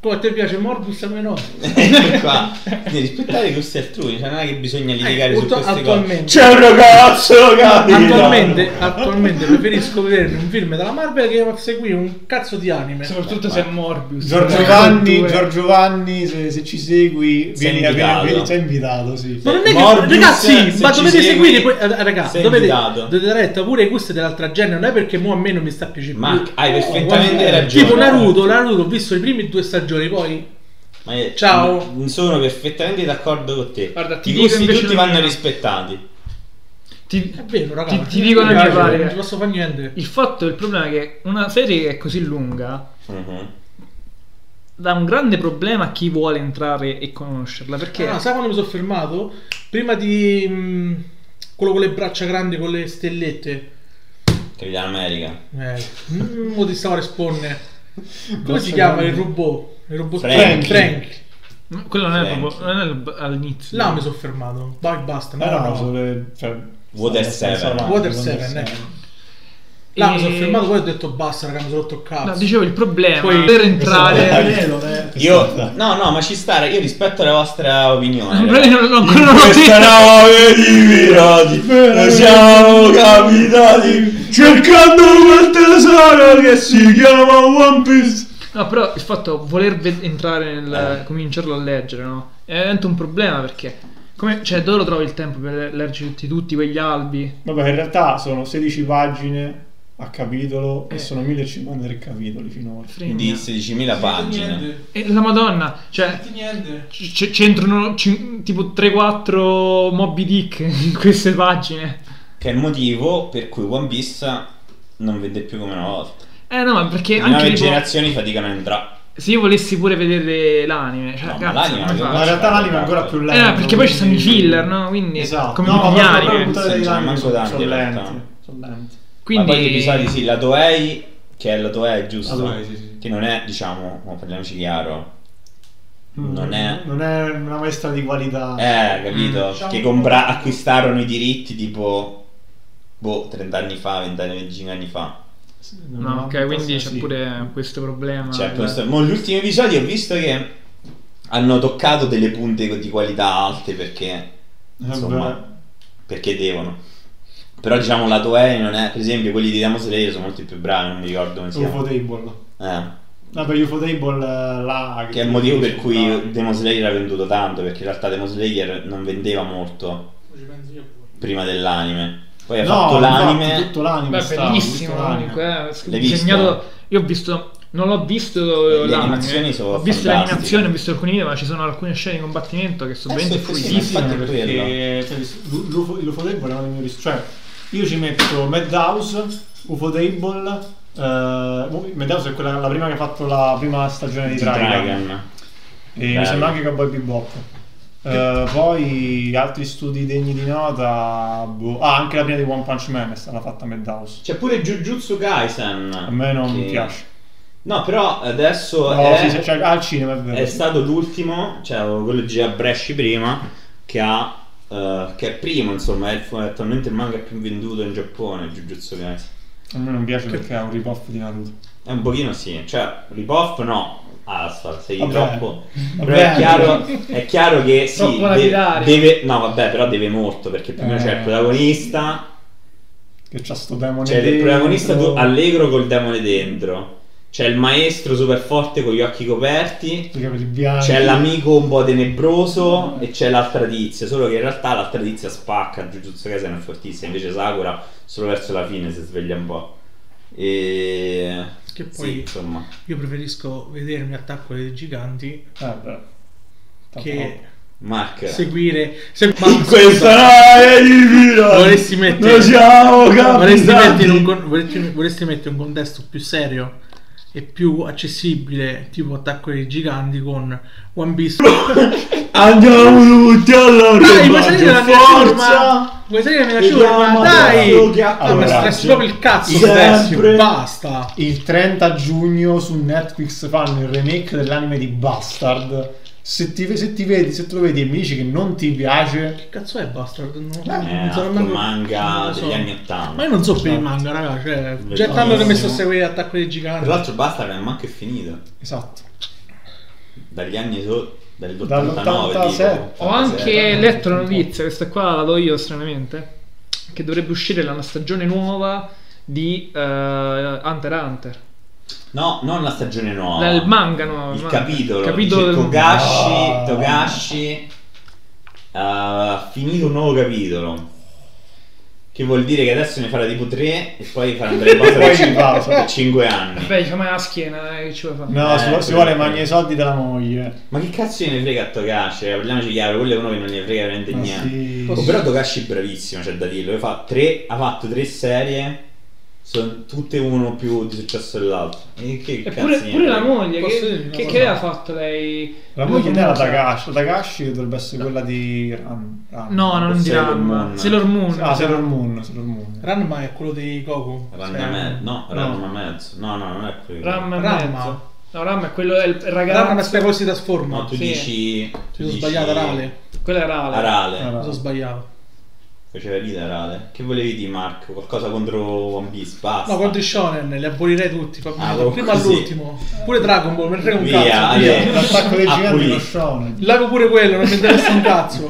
E: Poi a te piace Morbus a me no.
C: Ecco qua, bisogna rispettare i gusti altrui, cioè non è che
B: Eh,
C: bisogna litigare su
E: Attu-
C: queste
E: Eh, attualmente-
C: cose. C'è un ragazzo, capito?
E: Attualmente, attualmente preferisco vedere un film della Marvel che seguire un cazzo di anime.
B: eh, Soprattutto se è Morbius. Cioè,
D: Giorgio Vanni, Giorgio Vanni, se, se ci segui,
C: Sei
D: vieni a
C: invitato.
D: vieni- sei invitato, sì.
E: Ma non è che
C: Morbus,
E: ragazzi,
C: se
E: ma
C: eh, ci
E: dovete
C: segui,
E: seguire que- eh, ragazzi,
C: sei
E: dovete,
C: invitato.
E: dovete retta pure i gusti dell'altra gente, non è perché mo a me non mi sta piacendo.
C: Ma
E: più.
C: hai perfettamente ragione.
E: Tipo Naruto, Naruto, ho visto i primi due stagioni, poi
C: Ma è-
E: Ciao.
C: n- Sono perfettamente d'accordo con te.
B: Guarda, ti
C: I
B: dico
C: gusti
B: invece
C: tutti
B: una-
C: vanno rispettati.
E: è
B: Ti,
E: vero, ragazzi.
B: Ti- ti dico la
E: non mi
B: mia
E: piace,
B: pare.
E: Non ci posso fare niente.
B: il fatto, il problema è che una serie che è così lunga
C: Mhm.
B: dà un grande problema a chi vuole entrare e conoscerla. Perché
E: Ah, sai quando mi sono fermato? Prima di mh, quello con le braccia grandi con le stellette.
C: Capitan America.
E: Eh, mm, mo ti stavo a rispondere. Come si chiama il robot? Il robot
C: Frank.
E: Frank. Frank.
B: No, Quello non è
C: Frank.
B: proprio. Non è il- all'inizio.
E: Là mi sono fermato. Bug basta. No,
D: Eh no,
E: no.
D: sulle- cioè,
C: Water
D: nel senso
C: Seven.
D: avanti,
E: Water
D: Water
E: Seven, eh.
D: Seven.
E: Là mi
B: E-
E: sono fermato, poi ho detto basta, raga, mi sono rotto il cazzo.
B: No, dicevo il problema.
E: Poi- Esatto.
B: per
D: Questo non
B: entrare.
D: è-
B: <laughs>
D: non è-
C: Io,
D: questo non
C: no, no, ma ci sta, io rispetto la vostra opinione.
B: Però io <laughs> non- non- ancora non l'ho
C: Questa
B: detto.
C: nave di pirati, noi siamo capitati cercando quel tesoro che si chiama One Piece.
B: No, però il fatto voler ve- entrare nel.
C: Eh.
B: cominciarlo a leggere, no? È veramente un problema perché. Come, cioè, dove lo trovi il tempo per leggerti tutti, tutti quegli albi?
D: è- Vabbè, in realtà sono 16 pagine a capitolo
B: Eh.
D: e sono 1053 capitoli finora.
C: Di
B: Fregna.
C: 16.000 pagine.
B: E Eh, la madonna, cioè,
E: niente.
B: c- c- c'entrano cin- tipo 3-4 Moby Dick <laughs> in queste pagine.
C: Che è il motivo per cui One Piece non vede più come una volta.
B: Eh no, ma perché
C: Le
B: anche
C: nuove
B: tipo,
C: generazioni faticano a entrare.
B: se io volessi pure vedere l'anime, cioè,
C: No, ma
B: cazzo,
C: l'anime
B: come
C: che-
B: faccio?
D: Ma in realtà l'anima è ancora più
B: Eh,
D: lenta.
B: no, perché poi ci sono i
D: quindi-
B: filler, no? Quindi
D: Esatto.
B: come
D: no,
B: gli
D: ma
B: anime.
D: proprio tutte le
C: Sì,
D: anime
C: manco
D: sono-
C: tanti,
D: sono
C: in
D: lenti,
C: realtà.
D: sono lenti.
C: Quindi... Ma poi gli
B: Quindi
C: episodi, sì, la Toei, che è la Toei, giusto?
D: La Toei, sì, sì.
C: Che non è, diciamo, ma parliamoci chiaro, non è...
D: mm, non è una maestra di qualità.
C: Eh, capito?
E: Mm.
C: Che compra- acquistarono i diritti tipo... Boh, 30 anni fa, 20 anni, 25 anni fa.
B: No, ok, quindi c'è
D: Sì.
B: pure questo
D: Ah,
B: problema.
C: Cioè,
B: del-
C: questo... Mo, gli ultimi episodi ho visto che hanno toccato delle punte di qualità alte
D: Eh,
C: perché...
D: Vabbè.
C: Insomma, perché devono. Però diciamo la Toei non è... Per esempio, quelli di Demon Slayer sono molto più bravi, non mi ricordo come si
D: UFO
C: chiama.
D: Table.
C: Eh.
D: Vabbè, UFO Table eh, là.
C: Che è il motivo per cui Demon Slayer ha venduto tanto, perché in realtà Demon Slayer non vendeva molto
E: Ci penso io pure.
C: prima dell'anime. Poi ha
D: No,
C: fatto l'anime.
D: infatti, tutto l'anime.
B: Beh,
D: stavo,
B: bellissimo
D: tutto l'anime.
B: comunque. eh,
C: L'hai
B: disegnato-
C: visto?
B: Io ho visto. Non l'ho visto
C: Le
B: l'anime.
C: animazioni sono
B: Ho visto
C: fantastiche.
B: le animazioni, ho visto alcuni video, ma ci sono alcune scene di combattimento che sono
C: Eh,
B: veramente
C: sì, sì,
B: fluidissime.
C: sì, infatti è
D: perché cioè, l'u- l'UFO, l'UFO Table è uno dei migliori. Cioè, io ci metto Madhouse, UFO Table. eh, Madhouse è quella, la prima che ha fatto la prima stagione di Dragon.
C: Dragon.
D: E
C: Bello.
D: mi sembra anche Cowboy Bebop. Eh, poi altri studi degni di nota. boh. Ah, anche la prima di One Punch Man è stata fatta a Madhouse.
C: C'è pure Jujutsu Kaisen.
D: A me non
C: che-
D: piace.
C: No, però adesso
D: No,
C: è,
D: sì, sì, cioè, al cinema è vero.
C: è stato l'ultimo, cioè quello di a Bresci prima, che ha. eh, che è primo, insomma, è, il- è attualmente il manga più venduto in Giappone. Jujutsu Kaisen.
D: A me non piace perché è un ripoff di Naruto.
C: È un pochino sì, cioè ripoff no, asfalt, sei
D: Vabbè.
C: troppo...
D: Vabbè.
C: Però è
D: <laughs>
C: chiaro, è chiaro che sì,
B: Troppo
C: de-
B: lapidario.
C: deve... No vabbè, però deve molto, perché prima
D: Eh.
C: c'è il protagonista,
D: Che c'ha sto demone.
C: c'è Cioè, il
D: dentro.
C: protagonista tu- allegro col demone dentro, c'è il maestro super forte con gli occhi coperti,
D: i capelli bianchi.
C: c'è l'amico un po' tenebroso e c'è l'altra tizia, solo che in realtà l'altra tizia spacca, Jujutsu Kaisen è fortissima, invece Sakura solo verso la fine si sveglia un po'. E...
E: Che poi-
C: Sì, insomma...
E: Io preferisco vedermi attacco dei giganti
D: Eh, beh. Tanto
E: che
C: Mark.
E: seguire. Se, ma
C: In
E: scusa,
C: questa nave di pirati
E: Volessi mettere-
C: Noi siamo
E: vorresti
C: capitati
E: mettere un con- vorresti- vorresti mettere un contesto più serio e più accessibile, tipo attacco dei giganti con One Piece. <coughs>
C: Andiamo tutti alla
E: Dai, vuoi salire nella mia
C: forza
E: ciurma? Vuoi salire nella
C: Ti
E: mia ciurma?
C: amo,
E: Dai!
C: adesso che-
E: Ah,
D: Allora,
E: mi stressi proprio il cazzo
C: sempre-
E: adesso, basta!
D: Il 30 giugno su Netflix fanno il remake dell'anime di Bastard. Se ti, se ti vedi, se te lo vedi e mi dici che non ti piace,
E: Che cazzo è Bastard? Non,
C: Eh, altro
E: manco-
C: manga
E: non lo so.
C: degli anni 80.
E: Ma io non so per i manga, raga, cioè,
C: Bellissimo.
E: già tanto che ho messo a seguire attacco dei giganti.
C: Tra l'altro basta che è manco è finito
D: esatto.
C: Dagli anni so- dall'89
D: Dall'87.
B: Ho anche
D: Fantasia.
B: letto una notizia, questa qua la do io stranamente, che dovrebbe uscire la stagione nuova di eh, Hunter x Hunter.
C: No, non la stagione nuova
B: La- il manga nuovo.
C: Il
B: manga.
C: capitolo,
B: capitolo
C: dice
B: del-
C: Togashi
D: Ah.
C: Togashi ha finito un nuovo capitolo che vuol dire che adesso ne farà tipo 3 e poi farà andare
D: <laughs>
C: in pausa
D: Poi
C: per
D: in pausa.
C: 5, anni
B: Vabbè, diciamo è la schiena eh, che ci vuole fare.
D: No,
C: Eh,
D: si, vu- si
C: quello-
D: vuole mangiare i soldi della moglie.
C: ma che cazzo gliene frega a Togashi Cioè, parliamoci chiaro quello è uno che non gliene frega veramente
D: Ma
C: niente
D: Ah, sì.
C: Oh, però Togashi è bravissimo c'è da dirlo Lui fa tre- ha fatto 3 serie sono tutte uno più di successo dell'altro. E che cazzo
B: Eppure
C: ne
B: pure la
C: frega?
B: moglie,
E: Posso dire
B: che,
E: una
B: che,
E: cosa?
B: che aveva fatto lei?
D: La
B: Lui
D: moglie non è la
B: comunque-
D: Takashi, la Takashi dovrebbe essere quella di Ran. Ran.
B: No, non di
C: Sailor
B: Ram.
C: Moon.
B: Sailor Moon.
D: Ah, Sailor Moon, Sailor Moon.
E: Ranma è quello dei Goku. Cioè,
C: Ranma mezzo. No, Ranma mezzo. No, no, non è quello.
B: Ram è
E: Ramma.
B: mezzo. No, Ram è quello, è il
E: Ranma
B: ragazzo.
E: aspetta come si trasforma.
C: No, tu
B: Sì.
C: dici. Tu
E: Mi sono
C: dici-
E: sbagliato, Rale.
B: Quello era Ale.
C: Arale.
D: Ah,
E: Mi sono
D: no.
E: sbagliato.
C: Faceva ridere Arale. Che volevi dire Marco? Qualcosa contro One Piece? Basta.
E: No, contro i Shonen li abolirei tutti. fa-
C: Ah,
E: dal primo
C: così.
E: all'ultimo. Pure Dragon Ball, me ne frega un
C: Via,
E: cazzo.
C: via.
E: Via.
D: L'attacco dei
C: Ah,
D: giganti
C: pulì.
D: lo shonen.
E: Il lago pure quello, non mi interessa un cazzo.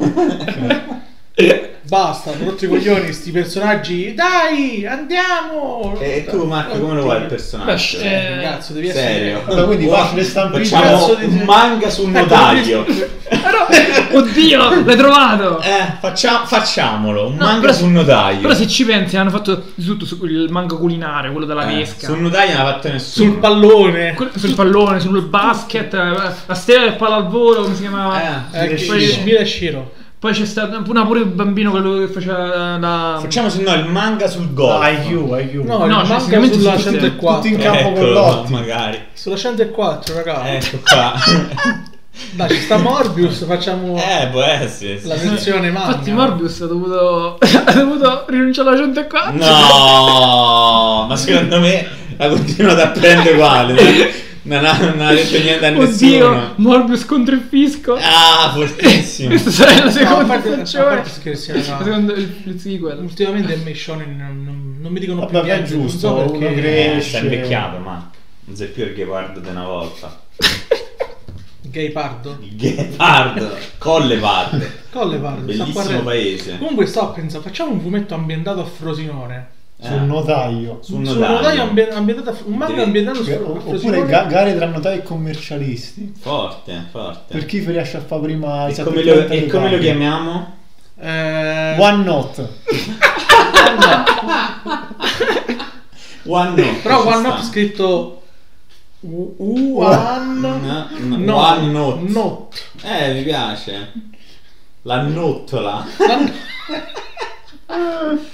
E: Basta, hanno rotto i coglioni, sti personaggi. Dai, andiamo!
C: E tu Marco come lo vuoi il personaggio?
B: Beh,
E: Eh, ragazzo, devi essere...
C: Serio?
D: Allora, quindi
C: Guarda,
D: faccio le stampine.
C: Facciamo
E: Cazzo di-
C: un manga sul notaio.
B: <laughs> Oddio, l'hai trovato!
C: <laughs> Eh, faccia- facciamolo, un
B: No,
C: manga
B: però-
C: sul notaio.
B: Però se ci pensi, hanno fatto di tutto sul manga culinario, quello della
C: Eh,
B: pesca.
C: Sul notaio non l'ha fatto nessuno.
E: Sul pallone.
B: Que- sul pallone, sul basket, eh, la stella del pallavolo, come si chiamava?
C: Eh,
E: Eh,
B: Poi-
E: che- Mira Shiro.
B: Poi c'è stato una pure il bambino quello che faceva la...
C: Facciamo se no il manga sul
D: Ah,
C: golf.
D: IQ, IQ.
E: No,
B: No,
E: il
B: cioè,
E: manga
B: sicuramente
E: sulla
B: tutti-
D: tutti
E: 104.
D: in campo
C: Eccolo,
D: con Lotti.
C: Ecco, magari.
E: Sulla 104, raga.
C: Ecco
B: <laughs>
C: qua.
E: Dai, ci sta Morbius, facciamo
C: eh, può essere. sì.
E: la versione manga.
B: Infatti Morbius ha dovuto, <laughs> ha dovuto rinunciare alla 104.
C: No, ma secondo me la continuo ad apprendere uguale. Non ha, non ha detto niente a nessuno.
B: Oddio, Morbius contro il fisco.
C: Ah, fortissimo.
B: Questa sarà la
E: No, a
B: seconda
E: parte- a
B: stagione.
E: parte scherzi,
B: La
E: raga.
B: seconda- il, il sequel.
E: Ultimamente me i shonen non, non- non mi dicono più
D: Vabbè,
E: niente.
D: è giusto,
E: non so
D: uno
E: perché-
D: cre-
C: Eh,
D: Cresce.
C: sei invecchiato, ma non sai più il ghepardo di una volta.
E: Gay pardo.
C: Il ghepardo, colle parte.
E: Colle pardo. sta qua a
C: Bellissimo
E: Reggio.
C: paese.
E: Comunque stavo pensando, facciamo un fumetto ambientato a Frosinone.
D: Sul notaio.
C: Sul
E: Sul
C: notaio.
E: notaio ambi- ambientato a- un manga
C: Deve-
E: ambientato su-
D: Cioè,
E: a
D: o-
E: Frosinone.
D: Oppure ga- gare tra notai e commercialisti.
C: Forte, forte.
D: Per chi riesce a fare prima i
C: E come lo,
D: 730
C: e come lo
D: notai.
C: chiamiamo?
E: Eh,
D: One Not.
C: One Note.
E: però
C: ci
E: One
C: sta.
E: Up scritto U- One
C: No, no, One Note.
E: Not.
C: Eh, mi piace. La nottola.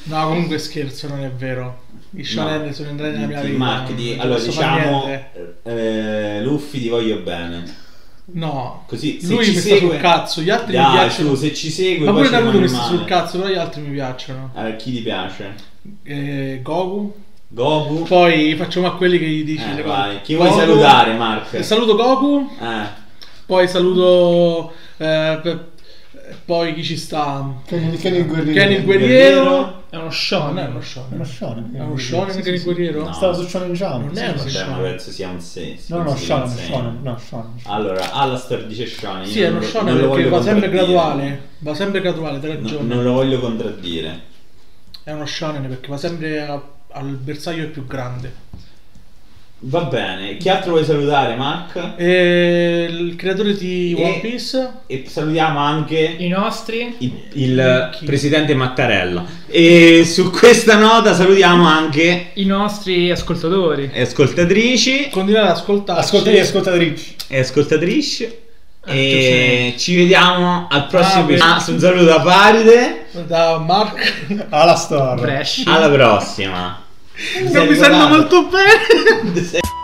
E: No, comunque scherzo, non è vero. I shonen
C: No.
E: sono entrati nella mia
C: Ti
E: vita.
C: Diciamo, marchi
E: non-
C: di-
E: non
C: allora
E: posso fare
C: diciamo
E: niente.
C: eh, Luffy ti voglio bene.
E: No.
C: Così se
E: Lui
C: ci
E: mi sta
C: segue
E: sul cazzo, gli altri
C: Dai,
E: mi piacciono.
C: su, se ci segue
E: Ma
C: poi
E: pure
C: ci
E: Naruto mi
C: rimane
E: sta
C: male.
E: sul cazzo, però gli altri mi piacciono.
C: Allora, chi ti piace?
E: Eh, Goku.
C: Goku.
E: Poi facciamo a quelli che gli dici
C: Eh,
E: le
C: vai.
E: cose.
C: Chi vuoi
E: Goku.
C: salutare, Mark?
E: Saluto Goku,
C: Eh.
E: poi saluto... eh, pe- poi chi ci sta?
D: Kenny Kenny il guerriero.
E: Kenny il
C: Guerriero.
E: guerriero.
B: È uno
E: No, non è
B: shonen.
E: uno
D: È uno
E: shonen.
D: shonen.
E: È uno shonen Kenny il guerriero?
C: No.
D: Stava su Shonen Jump.
E: Non è uno
D: sì, sì.
C: Beh, ma
E: shonen.
C: penso sia un 6.
D: No, no, shonen, shonen, no, shonen.
C: Allora, Alastor dice Shonen.
E: Sì,
C: io
E: è uno
C: non lo-
E: shonen
C: non lo
E: perché
C: voglio
E: va sempre
C: contraddire.
E: graduale. Va sempre graduale, tre
C: No,
E: giorni.
C: non lo voglio contraddire.
E: È uno shonen perché va sempre a- al bersaglio più grande.
C: Va bene, chi altro vuoi salutare, Mark?
E: E il creatore di
C: E-
E: One Piece...
C: E salutiamo anche
B: I nostri?
C: il, il presidente Mattarella. E su questa nota salutiamo anche
B: I nostri ascoltatori.
C: le ascoltatrici
E: Continuate ad
C: Ah,
E: ascoltarci.
D: Ascoltatori e ascoltatrici.
C: e ascoltatrici.
B: Eh,
C: E ci vediamo al
E: Ah,
C: prossimo
E: beh.
C: ah, Un saluto da Paride.
E: da Mark.
D: Alla star.
B: Fresh.
C: Ah, Alla prossima.
E: Non mi sento molto
C: <laughs>
E: bene.
C: molto.